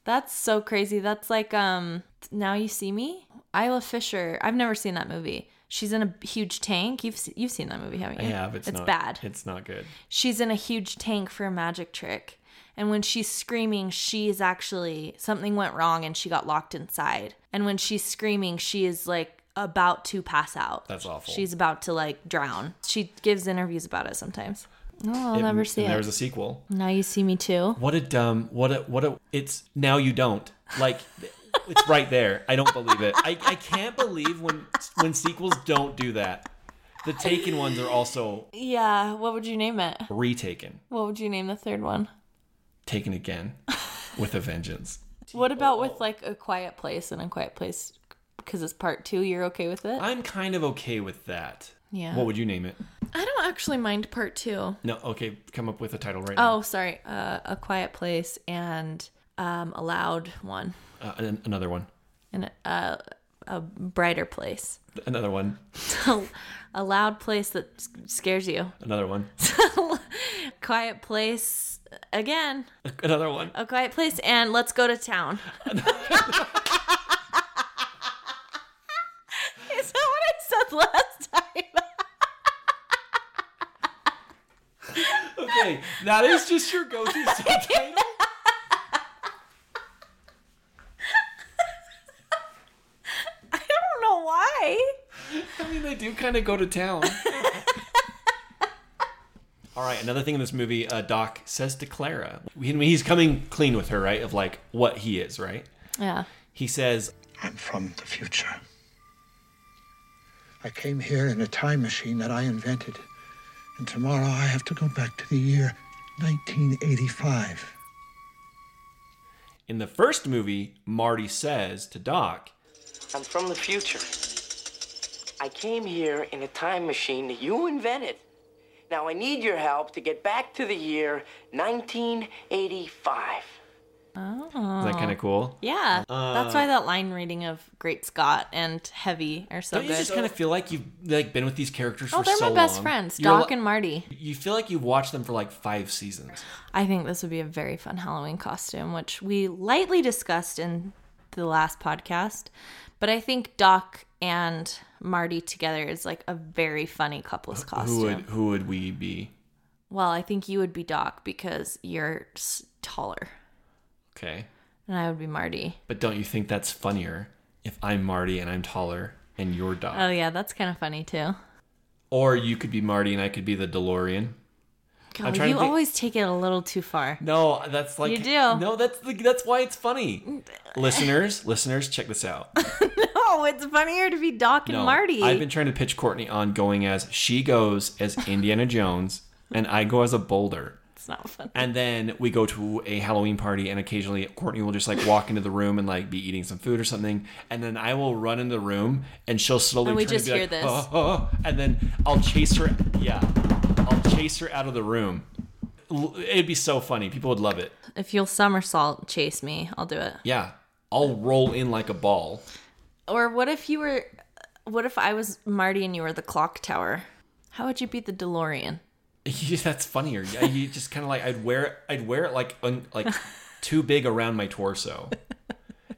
[SPEAKER 2] That's so crazy. That's like um now you see me, Isla Fisher. I've never seen that movie. She's in a huge tank. You've se- you've seen that movie, haven't
[SPEAKER 1] I
[SPEAKER 2] you?
[SPEAKER 1] have. It's, not
[SPEAKER 2] bad.
[SPEAKER 1] It's not good.
[SPEAKER 2] she's in a huge tank for a magic trick. And when she's screaming, she is actually something went wrong and she got locked inside. And when she's screaming, she is like about to pass out.
[SPEAKER 1] That's awful.
[SPEAKER 2] She's about to like drown. She gives interviews about it sometimes. No, I'll
[SPEAKER 1] It-
[SPEAKER 2] never see
[SPEAKER 1] and
[SPEAKER 2] it.
[SPEAKER 1] There was a sequel.
[SPEAKER 2] now you see me too.
[SPEAKER 1] What a dumb. What a what a. It's now you don't like. It's right there. I don't believe it. I, I can't believe when when sequels don't do that. The Taken ones are also
[SPEAKER 2] Yeah, what would you name it?
[SPEAKER 1] retaken,
[SPEAKER 2] What would you name the third one?
[SPEAKER 1] taken again, with a vengeance.
[SPEAKER 2] What about with like a quiet place and a quiet place because it's part two? You're okay with it?
[SPEAKER 1] I'm kind of okay with that.
[SPEAKER 2] Yeah.
[SPEAKER 1] What would you name it?
[SPEAKER 2] I don't actually mind part two.
[SPEAKER 1] No. Okay. Come up with a title right now.
[SPEAKER 2] Oh, sorry. Uh, a quiet place and um, a loud one
[SPEAKER 1] Uh, an- another one.
[SPEAKER 2] and a, uh, a brighter place. (laughs)
[SPEAKER 1] Another one.
[SPEAKER 2] a loud place that s- scares you. (laughs)
[SPEAKER 1] Another one.
[SPEAKER 2] Quiet place again.
[SPEAKER 1] Another one.
[SPEAKER 2] A quiet place and let's go to town. (laughs) Is that what I said last time?
[SPEAKER 1] Okay, that is just your go-to
[SPEAKER 2] (laughs)
[SPEAKER 1] subtitle.
[SPEAKER 2] (laughs) I don't know why.
[SPEAKER 1] I mean, they do kind of go to
[SPEAKER 2] (laughs)
[SPEAKER 1] town. All right, another thing in this movie, uh, Doc says to Clara, when he's coming clean with her, right, of like what he is, right?
[SPEAKER 2] Yeah.
[SPEAKER 1] He says,
[SPEAKER 10] I'm from the future. I came here in a time machine that I invented, and tomorrow I have to go back to the year 1985.
[SPEAKER 1] in the first movie, Marty says to Doc,
[SPEAKER 5] I'm from the future. I came here in a time machine that you invented. Now I need your help to get back to the year 1985.
[SPEAKER 1] is that kind of cool?
[SPEAKER 2] Oh.
[SPEAKER 1] Uh,
[SPEAKER 2] Yeah. That's why that line reading of Great Scott and Heavy are so
[SPEAKER 1] Don't you
[SPEAKER 2] good.
[SPEAKER 1] just kind of feel like you've like been with these characters
[SPEAKER 2] oh,
[SPEAKER 1] for
[SPEAKER 2] they're
[SPEAKER 1] so
[SPEAKER 2] my best
[SPEAKER 1] long?
[SPEAKER 2] friends,
[SPEAKER 1] You're
[SPEAKER 2] Doc
[SPEAKER 1] li-
[SPEAKER 2] and Marty.
[SPEAKER 1] You feel like you've watched them for like five seasons.
[SPEAKER 2] I think this would be a very fun Halloween costume, which we lightly discussed in the last podcast. But I think Doc and Marty together is like a very funny couple's costume.
[SPEAKER 1] Who would who would we be?
[SPEAKER 2] Well, I think you would be Doc because you're s- taller,
[SPEAKER 1] Okay.
[SPEAKER 2] and I would be Marty.
[SPEAKER 1] But don't you think that's funnier if I'm Marty and I'm taller and you're Doc?
[SPEAKER 2] Oh yeah, that's kind of funny too.
[SPEAKER 1] or you could be Marty and I could be the DeLorean.
[SPEAKER 2] God, Oh, you
[SPEAKER 1] trying to think-
[SPEAKER 2] always take it a little too far. (laughs)
[SPEAKER 1] No, that's like
[SPEAKER 2] You do.
[SPEAKER 1] No, that's the, that's why it's funny. listeners, listeners, check this
[SPEAKER 2] (laughs)
[SPEAKER 1] out.
[SPEAKER 2] No, it's funnier to be Doc and
[SPEAKER 1] No,
[SPEAKER 2] Marty.
[SPEAKER 1] I've been trying to pitch Courtney on going as she goes as Indiana Jones and I go as a boulder.
[SPEAKER 2] It's not fun.
[SPEAKER 1] And then we go to a Halloween party, and occasionally Courtney will just like walk into the room and like be eating some food or something, and then I will run in the room, and she'll slowly.
[SPEAKER 2] And we
[SPEAKER 1] turn
[SPEAKER 2] just
[SPEAKER 1] be
[SPEAKER 2] hear
[SPEAKER 1] like,
[SPEAKER 2] this.
[SPEAKER 1] "Oh, oh," and then I'll chase her. Yeah, I'll chase her out of the room. L- It'd be so funny. People would love it.
[SPEAKER 2] If you'll somersault chase me, I'll do it.
[SPEAKER 1] Yeah, I'll roll in like a ball. (laughs)
[SPEAKER 2] Or what if you were what if I was Marty and you were the clock tower? How would you be the DeLorean?
[SPEAKER 1] that's funnier. Yeah, you just kind of like I'd wear it. I'd wear it like un, like too big around my torso,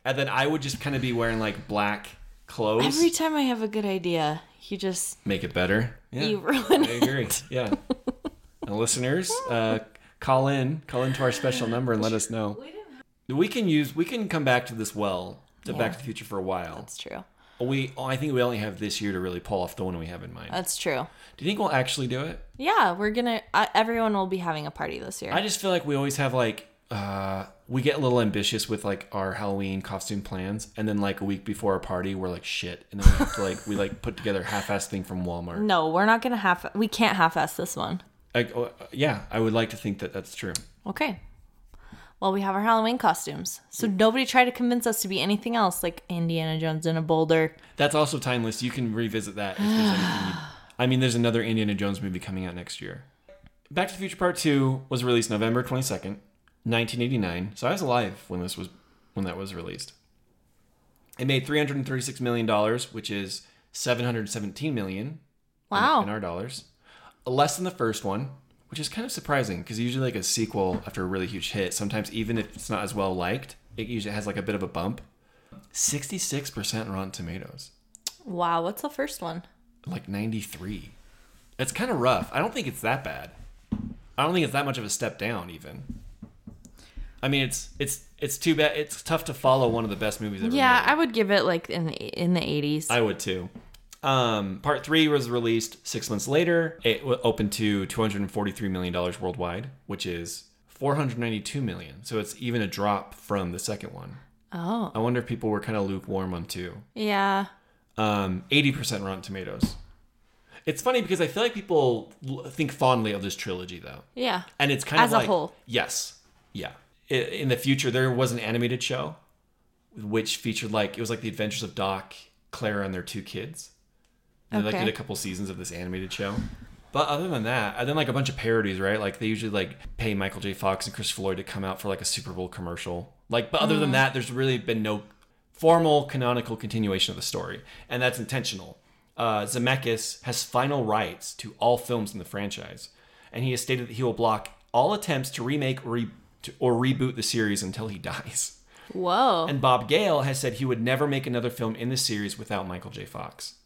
[SPEAKER 1] and then I would just kind of be wearing like black clothes.
[SPEAKER 2] Every time I have a good idea, you just
[SPEAKER 1] Make it better. Yeah,
[SPEAKER 2] You (laughs) ruin
[SPEAKER 1] I agree. Yeah. and listeners, uh, call in, call into our special number and let us know. We can use. We can come back to this well. To Back
[SPEAKER 2] Yeah.
[SPEAKER 1] to the Future for a while.
[SPEAKER 2] That's true.
[SPEAKER 1] We, oh, I think we only have this year to really pull off the one we have in mind.
[SPEAKER 2] That's true.
[SPEAKER 1] Do you think we'll actually do it?
[SPEAKER 2] Yeah, we're gonna. Uh, everyone will be having a party this year.
[SPEAKER 1] I just feel like we always have like uh we get a little ambitious with like our Halloween costume plans and then like a week before our party we're like shit and then we have to like we like put together a half-assed thing from Walmart.
[SPEAKER 2] no, we're not gonna half. We can't half-ass this one.
[SPEAKER 1] Like uh, yeah, I would like to think that that's true.
[SPEAKER 2] Okay. Well, we have our Halloween costumes, so nobody try to convince us to be anything else, like Indiana Jones in a boulder.
[SPEAKER 1] That's also timeless. You can revisit that if there's anything you I mean there's another Indiana Jones movie coming out next year. Back to the Future Part 2 was released November 22nd, 1989. So I was alive when this was when that was released. It made 336 million dollars, which is 717 million
[SPEAKER 2] Wow.
[SPEAKER 1] in our dollars. Less than the first one, which is kind of surprising because usually like a sequel after a really huge hit, sometimes even if it's not as well liked, it usually has like a bit of a bump. 66% Rotten Tomatoes,
[SPEAKER 2] Wow. What's the first one?
[SPEAKER 1] like 93. It's kind of rough. I don't think it's that bad. I don't think it's that much of a step down even. I mean, it's it's it's too bad. It's tough to follow one of the best movies ever.
[SPEAKER 2] Yeah, I would give it like in the, in the eighties.
[SPEAKER 1] I would too. Um, part three was released six months later. It wa- opened to two hundred and forty-three million dollars worldwide, which is four hundred ninety-two million. So it's even a drop from the second one.
[SPEAKER 2] Oh.
[SPEAKER 1] I wonder if people were kind of lukewarm on two.
[SPEAKER 2] Yeah.
[SPEAKER 1] Um, eighty percent Rotten Tomatoes. It's funny because I feel like people l- think fondly of this trilogy, though.
[SPEAKER 2] Yeah.
[SPEAKER 1] And it's kind
[SPEAKER 2] As a
[SPEAKER 1] of like,
[SPEAKER 2] whole.
[SPEAKER 1] Yes. Yeah. I- In the future, there was an animated show which featured like it was like the Adventures of Doc, Clara, and their two kids. And They like
[SPEAKER 2] Okay.
[SPEAKER 1] did a couple seasons of this animated show. But other than that, and then like a bunch of parodies, right? Like they usually like pay Michael J. Fox and Chris Floyd to come out for like a Super Bowl commercial. Like, but other than that, there's really been no formal canonical continuation of the story, and that's intentional. Uh, Zemeckis has final rights to all films in the franchise, and he has stated that he will block all attempts to remake re- to, or reboot the series until he (laughs) dies.
[SPEAKER 2] Whoa.
[SPEAKER 1] And Bob Gale has said he would never make another film in the series without Michael J. Fox.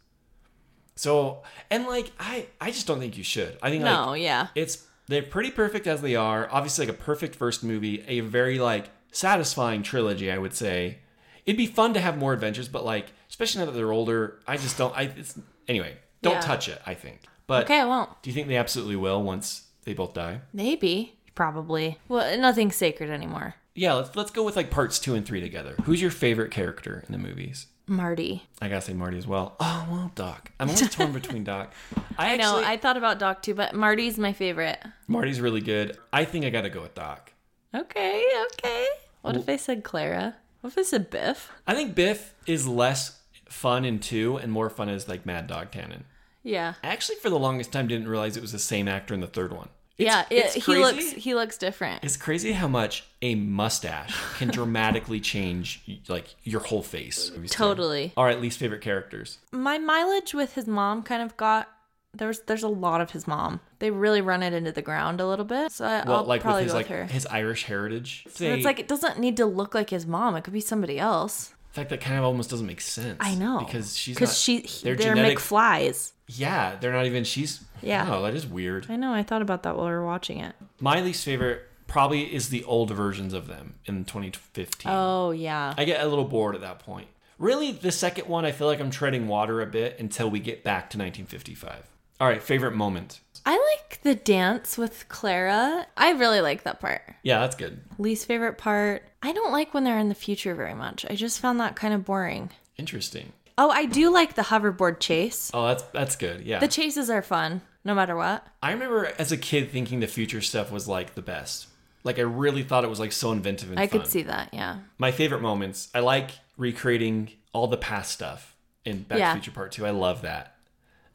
[SPEAKER 1] So, and like I, I just don't think you should. I think
[SPEAKER 2] no.
[SPEAKER 1] like
[SPEAKER 2] yeah.
[SPEAKER 1] it's they're pretty perfect as they are. Obviously, like a perfect first movie, a very like satisfying trilogy. I would say it'd be fun to have more adventures, but like especially now that they're older, I just don't. I it's anyway. Don't
[SPEAKER 2] Yeah.
[SPEAKER 1] touch it. I think. But
[SPEAKER 2] Okay. I won't.
[SPEAKER 1] do you think they absolutely will once they both die?
[SPEAKER 2] Maybe. Probably. Well, nothing's sacred anymore.
[SPEAKER 1] Yeah. Let's let's go with like parts two and three together. Who's your favorite character in the movies?
[SPEAKER 2] Marty.
[SPEAKER 1] I gotta say Marty as well. Oh well, Doc. I'm always
[SPEAKER 2] (laughs)
[SPEAKER 1] torn between Doc. I
[SPEAKER 2] I know.
[SPEAKER 1] actually,
[SPEAKER 2] I thought about Doc too, but Marty's my favorite.
[SPEAKER 1] Marty's really good. I think I gotta go with Doc.
[SPEAKER 2] Okay. Okay. What if I said Clara? What if I said Biff?
[SPEAKER 1] I think Biff is less fun in two and more fun as like Mad Dog Cannon.
[SPEAKER 2] Yeah.
[SPEAKER 1] I actually for the longest time didn't realize it was the same actor in the third one. It's-
[SPEAKER 2] yeah. It,
[SPEAKER 1] it's
[SPEAKER 2] he
[SPEAKER 1] crazy.
[SPEAKER 2] looks. He looks different.
[SPEAKER 1] It's crazy how much a mustache can dramatically change like your whole face.
[SPEAKER 2] Totally.
[SPEAKER 1] All right, least favorite characters.
[SPEAKER 2] My mileage with his mom kind of got. There's there's a lot of his mom. They really run it into the ground a little bit. So I,
[SPEAKER 1] Well,
[SPEAKER 2] Uh, I'll
[SPEAKER 1] like with
[SPEAKER 2] probably
[SPEAKER 1] his
[SPEAKER 2] go
[SPEAKER 1] like
[SPEAKER 2] with her.
[SPEAKER 1] his Irish heritage.
[SPEAKER 2] So it's like it doesn't need to look like his mom. It could be somebody else.
[SPEAKER 1] In fact, that kind of almost doesn't make sense.
[SPEAKER 2] I know
[SPEAKER 1] because she's
[SPEAKER 2] because
[SPEAKER 1] not-
[SPEAKER 2] she
[SPEAKER 1] their
[SPEAKER 2] they're, McFlies.
[SPEAKER 1] Yeah, they're not even. She's
[SPEAKER 2] Yeah.
[SPEAKER 1] Wow, that is weird.
[SPEAKER 2] I know. I thought about that while we were watching it.
[SPEAKER 1] My least favorite probably is the old versions of them in 2015.
[SPEAKER 2] Oh yeah.
[SPEAKER 1] I get a little bored at that point. Really, the second one, I feel like I'm treading water a bit until we get back to 1955. All right, favorite moment.
[SPEAKER 2] I like the dance with Clara. I really like that part.
[SPEAKER 1] Yeah, that's good.
[SPEAKER 2] Least favorite part. I don't like when they're in the future very much. I just found that kind of boring.
[SPEAKER 1] Interesting.
[SPEAKER 2] Oh, I do like the hoverboard chase.
[SPEAKER 1] Oh, that's that's good. Yeah.
[SPEAKER 2] The chases are fun, no matter what.
[SPEAKER 1] I remember as a kid thinking the future stuff was like the best. Like I really thought it was like so inventive and
[SPEAKER 2] I
[SPEAKER 1] fun.
[SPEAKER 2] could see that. Yeah.
[SPEAKER 1] my favorite moments. I like recreating all the past stuff in Back
[SPEAKER 2] Yeah.
[SPEAKER 1] to the Future Part Two. I love that,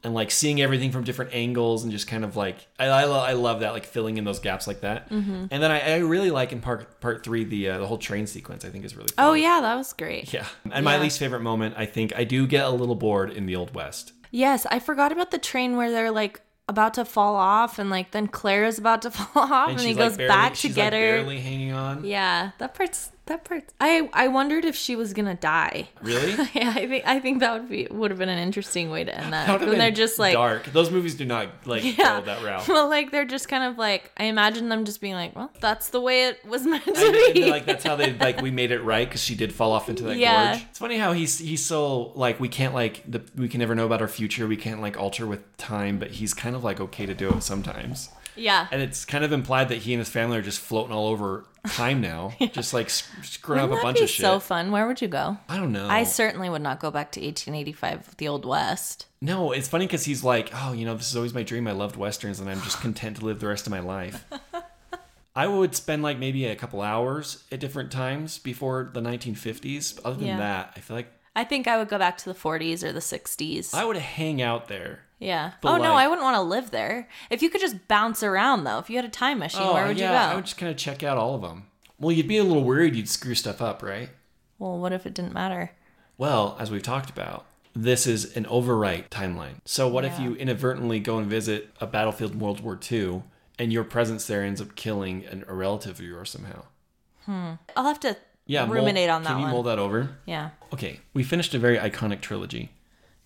[SPEAKER 1] and like seeing everything from different angles and just kind of like I I, lo- I love that like filling in those gaps like that. Mm-hmm. And then I, I really like in Part Part Three the uh, the whole train sequence. I think is really fun.
[SPEAKER 2] Oh yeah, that was great.
[SPEAKER 1] yeah. And my
[SPEAKER 2] Yeah.
[SPEAKER 1] least favorite moment, I think I do get a little bored in the Old West.
[SPEAKER 2] Yes, I forgot about the train where they're like about to fall off, and like then Claire is about to (laughs) fall off, Oh, and, he
[SPEAKER 1] she's,
[SPEAKER 2] goes
[SPEAKER 1] like, barely-
[SPEAKER 2] back to
[SPEAKER 1] she's,
[SPEAKER 2] get
[SPEAKER 1] like,
[SPEAKER 2] her.
[SPEAKER 1] Barely hanging on.
[SPEAKER 2] Yeah, that part's that part's. I I wondered if she was gonna die. (laughs)
[SPEAKER 1] Really?
[SPEAKER 2] yeah, I think I think that would be would have been an interesting way to end that.
[SPEAKER 1] That would've
[SPEAKER 2] when they're
[SPEAKER 1] been
[SPEAKER 2] just like
[SPEAKER 1] dark. Those movies do not like
[SPEAKER 2] (laughs) Yeah.
[SPEAKER 1] go that route.
[SPEAKER 2] Well, like they're just kind of like I imagine them just being like, well, that's the way it was meant to
[SPEAKER 1] And, and
[SPEAKER 2] be.
[SPEAKER 1] then, like that's how they like we made it right because she did fall off into that
[SPEAKER 2] Yeah.
[SPEAKER 1] gorge. It's funny how he's he's so like we can't like the we can never know about our future. We can't like alter with time, but he's kind of like okay to do it sometimes.
[SPEAKER 2] (laughs) yeah.
[SPEAKER 1] And it's kind of implied that he and his family are just floating all over time
[SPEAKER 2] (laughs)
[SPEAKER 1] now, just like sc- screwing
[SPEAKER 2] Wouldn't
[SPEAKER 1] up a
[SPEAKER 2] that
[SPEAKER 1] bunch
[SPEAKER 2] be
[SPEAKER 1] of shit.
[SPEAKER 2] so fun? Where would you go?
[SPEAKER 1] I don't know.
[SPEAKER 2] I certainly would not go back to 1885, the old west.
[SPEAKER 1] No, it's funny because he's like, oh, you know, this is always my dream. I loved westerns, and I'm just content to live the rest of my
[SPEAKER 2] (laughs)
[SPEAKER 1] life. I would spend like maybe a couple hours at different times before the 1950s. Other than
[SPEAKER 2] Yeah.
[SPEAKER 1] that, I feel like
[SPEAKER 2] I think I would go back to the 40s or the 60s.
[SPEAKER 1] I would hang out there.
[SPEAKER 2] yeah.
[SPEAKER 1] But,
[SPEAKER 2] oh no,
[SPEAKER 1] like-
[SPEAKER 2] I wouldn't want to live there. If you could just bounce around though, if you had a time machine, where would
[SPEAKER 1] Oh, yeah,
[SPEAKER 2] you
[SPEAKER 1] I
[SPEAKER 2] go?
[SPEAKER 1] would just kind of check out all of them. Well, you'd be a little worried you'd screw stuff up, right?
[SPEAKER 2] Well, what if it didn't matter?
[SPEAKER 1] Well, as we've talked about, this is an overwrite timeline. So, what if
[SPEAKER 2] Yeah.
[SPEAKER 1] you inadvertently go and visit a battlefield in World War II and your presence there ends up killing an, a relative of yours somehow?
[SPEAKER 2] Hmm. I'll have to
[SPEAKER 1] Yeah, mull-
[SPEAKER 2] ruminate on that
[SPEAKER 1] Can you
[SPEAKER 2] one.
[SPEAKER 1] mull that over?
[SPEAKER 2] Yeah,
[SPEAKER 1] Okay, we finished a very iconic trilogy.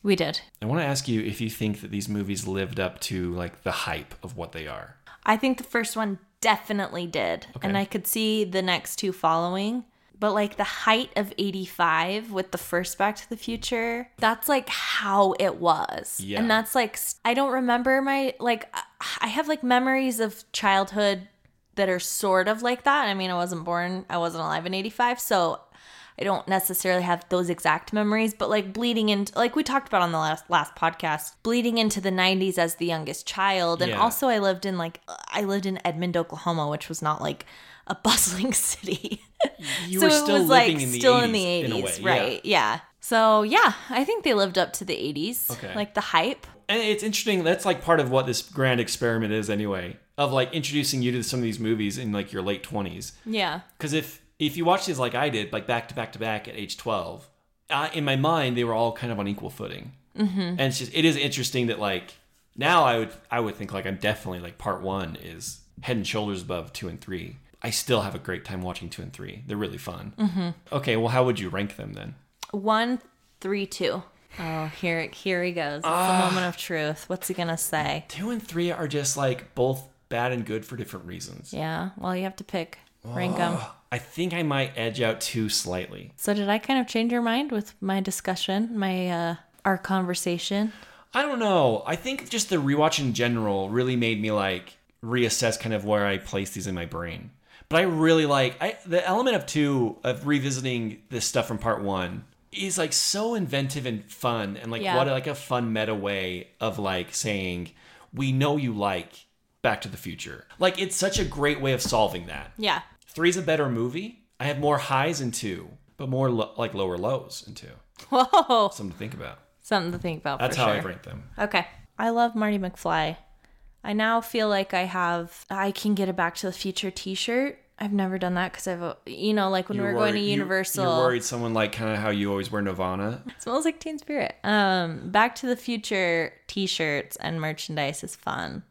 [SPEAKER 2] we did.
[SPEAKER 1] I want to ask you if you think that these movies lived up to like the hype of what they are.
[SPEAKER 2] I think the first one definitely did, and I could see the next two following. But like the height of 85 with the first Back to the Future, that's like how it was.
[SPEAKER 9] Yeah.
[SPEAKER 2] And that's like, s- I don't remember my, like, I- I have like memories of childhood that are sort of like that. I mean, I wasn't born, I wasn't alive in 85. So I don't necessarily have those exact memories, but like bleeding into, like we talked about on the last last podcast, bleeding into the 90s as the youngest child, and
[SPEAKER 9] Yeah.
[SPEAKER 2] also I lived in like I lived in Edmond, Oklahoma, which was not like a (laughs) bustling city.
[SPEAKER 1] You
[SPEAKER 2] so
[SPEAKER 1] were
[SPEAKER 2] it
[SPEAKER 1] still
[SPEAKER 2] was like
[SPEAKER 1] living in the
[SPEAKER 2] still in the
[SPEAKER 1] 80s in a
[SPEAKER 2] 80s,
[SPEAKER 1] way, yeah.
[SPEAKER 2] right? Yeah. So yeah, I think they lived up to the 80s,
[SPEAKER 1] Okay.
[SPEAKER 2] like the hype.
[SPEAKER 1] And it's interesting, that's like part of what this grand experiment is anyway, of like introducing you to some of these movies in like your late 20s.
[SPEAKER 2] Yeah.
[SPEAKER 1] Because if if you watch these like I did, like back to back to back at age 12, I, in my mind they were all kind of on equal footing.
[SPEAKER 2] Mhm.
[SPEAKER 1] And it's just it is interesting that like now I would I would think like I'm definitely like part one is head and shoulders above two and three. I still have a great time watching two and three. They're really fun.
[SPEAKER 2] Mhm.
[SPEAKER 1] Okay, well how would you rank them then?
[SPEAKER 2] One, three, two. Oh, here it here he goes. It's
[SPEAKER 1] Ah.
[SPEAKER 2] the moment of truth. What's he gonna say?
[SPEAKER 1] Two and three are just like both bad and good for different reasons.
[SPEAKER 2] Yeah. Well, you have to pick, rank them.
[SPEAKER 1] Ugh, I think I might edge out two slightly.
[SPEAKER 2] So did I kind of change your mind with my discussion, my uh our conversation?
[SPEAKER 1] I don't know. I think just the rewatch in general really made me like reassess kind of where I place these in my brain. But I really like I the element of two of revisiting this stuff from part one is like so inventive and fun and like
[SPEAKER 11] Yeah.
[SPEAKER 1] what like a fun meta way of like saying we know you like Back to the Future. Like it's such a great way of solving that.
[SPEAKER 2] Yeah. (laughs)
[SPEAKER 1] Three's a better movie. I have more highs in two, but more lo- like lower lows in two.
[SPEAKER 2] Whoa.
[SPEAKER 1] Something to think about.
[SPEAKER 2] Something to think about.
[SPEAKER 1] That's
[SPEAKER 2] for
[SPEAKER 1] how I
[SPEAKER 2] sure.
[SPEAKER 1] rank them.
[SPEAKER 2] Okay. I love Marty McFly. I now feel like I have I can get a Back to the Future T-shirt. I've never done that because I've uh, you know like when we
[SPEAKER 1] You're
[SPEAKER 2] were going to
[SPEAKER 1] worried- you-
[SPEAKER 2] Universal.
[SPEAKER 1] You're worried someone like kind of how you always wear Nirvana.
[SPEAKER 2] It smells like Teen Spirit. Um, Back to the Future T-shirts and merchandise is fun,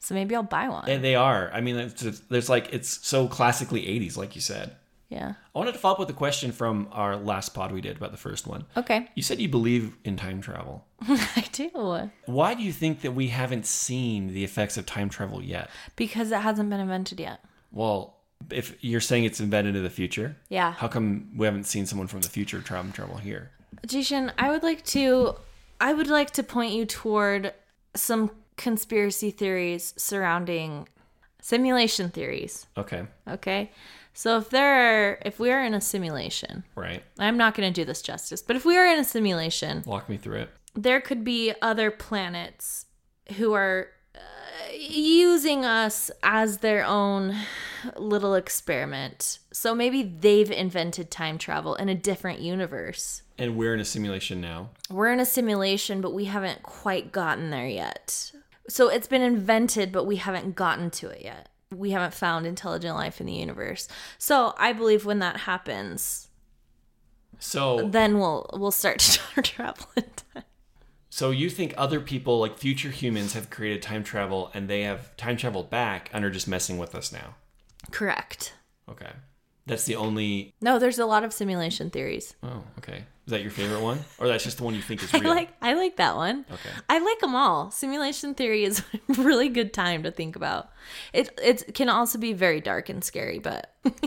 [SPEAKER 2] so maybe I'll buy one.
[SPEAKER 1] And they are. I mean, it's just, there's like it's so classically 80s, like you said.
[SPEAKER 2] yeah.
[SPEAKER 1] I wanted to follow up with a question from our last pod we did about the first one.
[SPEAKER 2] Okay. (laughs)
[SPEAKER 1] You said you believe in time travel.
[SPEAKER 2] I do
[SPEAKER 1] Why do you think that we haven't seen the effects of time travel yet?
[SPEAKER 2] because it hasn't been invented yet.
[SPEAKER 1] Well, if you're saying it's invented in the future,
[SPEAKER 2] Yeah.
[SPEAKER 1] How come we haven't seen someone from the future time travel here?
[SPEAKER 2] Jishan, I would like to I would like to point you toward some conspiracy theories surrounding simulation theories.
[SPEAKER 1] Okay,
[SPEAKER 2] Okay? So if there are if we are in a simulation,
[SPEAKER 1] right.
[SPEAKER 2] I'm not going to do this justice, but if we are in a simulation,
[SPEAKER 1] Walk me through it.
[SPEAKER 2] there could be other planets who are uh, using us as their own little experiment. So maybe they've invented time travel in a different universe.
[SPEAKER 1] And we're in a simulation now.
[SPEAKER 2] We're in a simulation, but we haven't quite gotten there yet. So it's been invented, but we haven't gotten to it yet. We haven't found intelligent life in the universe. So I believe when that happens,
[SPEAKER 1] So Oh.
[SPEAKER 2] (laughs) then we'll we'll start to travel in time.
[SPEAKER 1] So you think other people, like future humans, have created time travel and they have time traveled back and are just messing with us now?
[SPEAKER 2] Correct.
[SPEAKER 1] Okay. That's the only.
[SPEAKER 2] No, there's a lot of simulation theories.
[SPEAKER 1] Oh, okay. Is that your favorite one? Or that's just the one you think is real?
[SPEAKER 2] (laughs) I like I like that one.
[SPEAKER 1] Okay.
[SPEAKER 2] I like them all. Simulation theory is (laughs) a really good time to think about. It it can also be very dark and scary, but (laughs)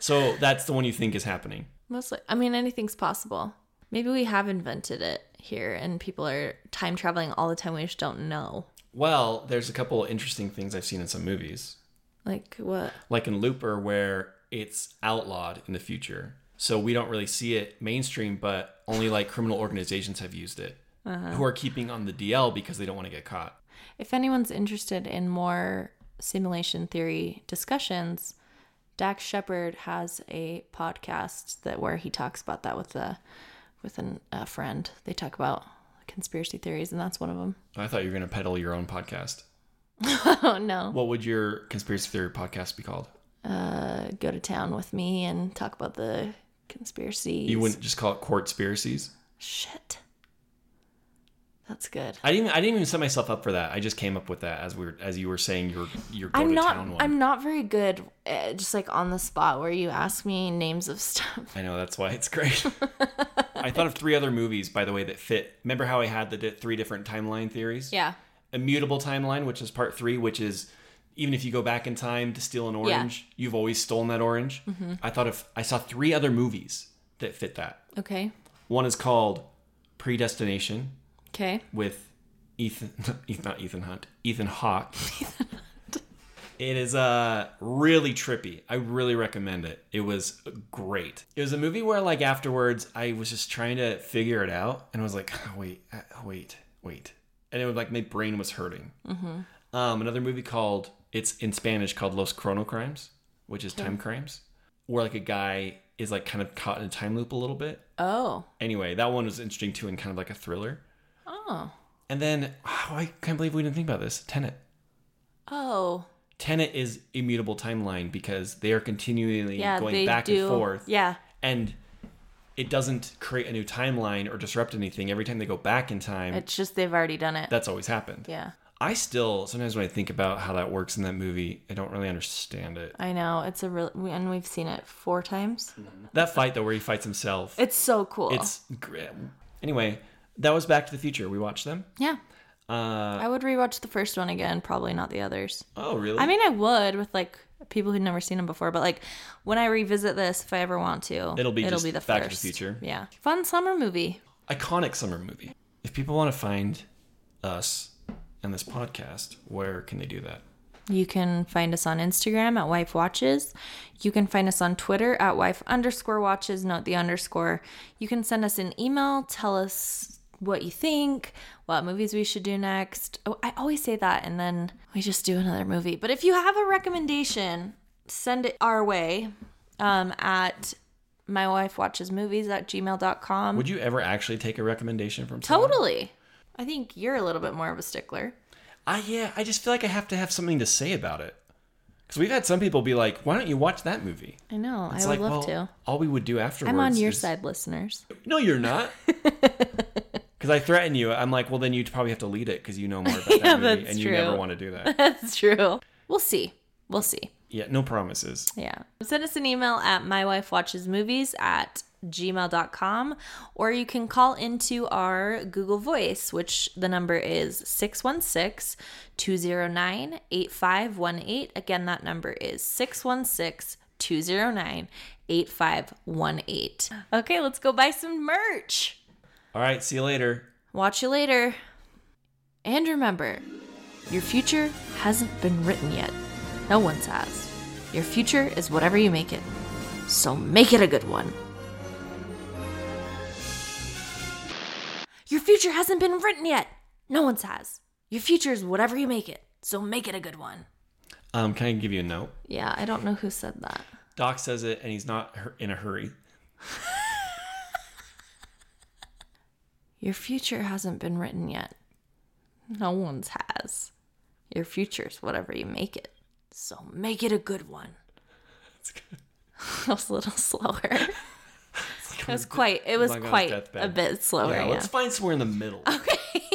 [SPEAKER 1] So that's the one you think is happening.
[SPEAKER 2] mostly I mean anything's possible. Maybe we have invented it here and people are time traveling all the time we just don't know.
[SPEAKER 1] Well, there's a couple of interesting things I've seen in some movies.
[SPEAKER 2] Like what?
[SPEAKER 1] like in Looper, where it's outlawed in the future. So we don't really see it mainstream, but only like criminal organizations have used it,
[SPEAKER 2] Uh-huh.
[SPEAKER 1] who are keeping on the DL because they don't want to get caught.
[SPEAKER 2] If anyone's interested in more simulation theory discussions, Dax Shepard has a podcast that where he talks about that with a with an, a friend. They talk about conspiracy theories, and that's one of them.
[SPEAKER 1] I thought you were going to peddle your own podcast.
[SPEAKER 2] (laughs) oh no!
[SPEAKER 1] What would your conspiracy theory podcast be called?
[SPEAKER 2] Uh, go to town with me and talk about the conspiracies.
[SPEAKER 1] You wouldn't just call it Courtspiracies?
[SPEAKER 2] Shit. That's good.
[SPEAKER 1] I didn't. I didn't even set myself up for that. I just came up with that as we were, as you were saying your your go
[SPEAKER 2] I'm
[SPEAKER 1] to
[SPEAKER 2] not.
[SPEAKER 1] town one.
[SPEAKER 2] I'm not very good, at just like on the spot where you ask me names of (laughs) stuff.
[SPEAKER 1] I know that's why it's great. I thought of three other movies, by the way, that fit. Remember how I had the di- three different timeline theories?
[SPEAKER 2] Yeah.
[SPEAKER 1] immutable timeline, which is part three, which is even if you go back in time to steal an orange, you've always stolen that orange.
[SPEAKER 2] Mhm.
[SPEAKER 1] I thought if I saw three other movies that fit that.
[SPEAKER 2] Okay.
[SPEAKER 1] One is called Predestination
[SPEAKER 2] Okay.
[SPEAKER 1] with Ethan, (laughs) Ethan- not Ethan Hunt, Ethan Hawke. It is uh really trippy. I really recommend it. It was great. It was a movie where like afterwards I was just trying to figure it out and I was like, "Oh, wait, uh, wait, wait. And it was like my brain was hurting.
[SPEAKER 2] Mhm.
[SPEAKER 1] Um, another movie called it's in Spanish called Los Cronocrimes, which is
[SPEAKER 2] Okay.
[SPEAKER 1] time crimes, where like a guy is like kind of caught in a time loop a little bit.
[SPEAKER 2] Oh.
[SPEAKER 1] Anyway, that one was interesting too and kind of like a thriller.
[SPEAKER 2] Oh.
[SPEAKER 1] And then (sighs) oh, I can't believe we didn't think about this. Tenet.
[SPEAKER 2] Oh.
[SPEAKER 1] Tenet is immutable timeline because they are continually going back and forth.
[SPEAKER 2] Yeah.
[SPEAKER 1] And it doesn't create a new timeline or disrupt anything. Every time they go back in time,
[SPEAKER 2] It's just they've already done it.
[SPEAKER 1] that's always happened.
[SPEAKER 2] yeah.
[SPEAKER 1] I still sometimes when I think about how that works in that movie, I don't really understand it.
[SPEAKER 2] I know. It's a real we- and we've seen it four times.
[SPEAKER 1] That fight though, where he fights himself,
[SPEAKER 2] It's so cool.
[SPEAKER 1] Mm. it's grim. Anyway, that was Back to the Future. We watched them.
[SPEAKER 2] yeah.
[SPEAKER 1] Uh,
[SPEAKER 2] I would rewatch the first one again, probably not the others.
[SPEAKER 1] oh, really?
[SPEAKER 2] I mean, I would with like people who'd never seen them before, but like when I revisit this, if I ever want to,
[SPEAKER 1] It'll be
[SPEAKER 2] it'll
[SPEAKER 1] just
[SPEAKER 2] be the
[SPEAKER 1] Back to the
[SPEAKER 2] first.
[SPEAKER 1] Future.
[SPEAKER 2] Yeah, fun summer movie.
[SPEAKER 1] iconic summer movie. If people want to find us and this podcast, where can they do that?
[SPEAKER 2] You can find us on Instagram at Wife Watches. You can find us on Twitter at Wife underscore Watches. Note the underscore. You can send us an email. Tell us what you think, what movies we should do next. Oh, I always say that, and then we just do another movie. But if you have a recommendation, send it our way um, at my wife watches movies at gmail.com.
[SPEAKER 1] Would you ever actually take a recommendation from someone?
[SPEAKER 2] Um, totally? I think you're a little bit more of a stickler.
[SPEAKER 1] I yeah, I just feel like I have to have something to say about it. Because we've had some people be like, "Why don't you watch that movie?"
[SPEAKER 2] I know.
[SPEAKER 1] It's
[SPEAKER 2] I would
[SPEAKER 1] like,
[SPEAKER 2] love
[SPEAKER 1] well,
[SPEAKER 2] to.
[SPEAKER 1] All we would do afterwards.
[SPEAKER 2] I'm on your
[SPEAKER 1] is-
[SPEAKER 2] side, listeners.
[SPEAKER 1] No, you're
[SPEAKER 2] (laughs)
[SPEAKER 1] not. Because I threaten you. I'm like, well, then you'd probably have to lead it because you know more
[SPEAKER 2] (laughs)
[SPEAKER 1] about that
[SPEAKER 2] Yeah,
[SPEAKER 1] movie,
[SPEAKER 2] that's
[SPEAKER 1] and you
[SPEAKER 2] true.
[SPEAKER 1] never want to do that.
[SPEAKER 2] (laughs) That's true. We'll see. We'll see.
[SPEAKER 1] Yeah, no promises.
[SPEAKER 2] Yeah. Send us an email at mywifewatchesmovies at gmail.com or you can call into our Google Voice, which the number is 616 209 8518. Again, that number is 616 209 8518. Okay, let's go buy some merch.
[SPEAKER 1] All right, see you later.
[SPEAKER 2] Watch you later. And remember, your future hasn't been written yet. No one's has. Your future is whatever you make it. So make it a good one. Your future hasn't been written yet. No one's has. Your future is whatever you make it. So make it a good one.
[SPEAKER 1] Um, can I give you a note?
[SPEAKER 2] Yeah, I don't know who said that.
[SPEAKER 1] Doc says it, and he's not hur- in a hurry.
[SPEAKER 2] Your future hasn't been written yet. No one's has. Your future's whatever you make it. So (laughs) make it a good one. That was a little slower. It was quite. It was
[SPEAKER 1] Like on his
[SPEAKER 2] quite
[SPEAKER 1] deathbed.
[SPEAKER 2] a bit slower.
[SPEAKER 1] Yeah,
[SPEAKER 2] Yeah.
[SPEAKER 1] let's find somewhere in the middle. Okay.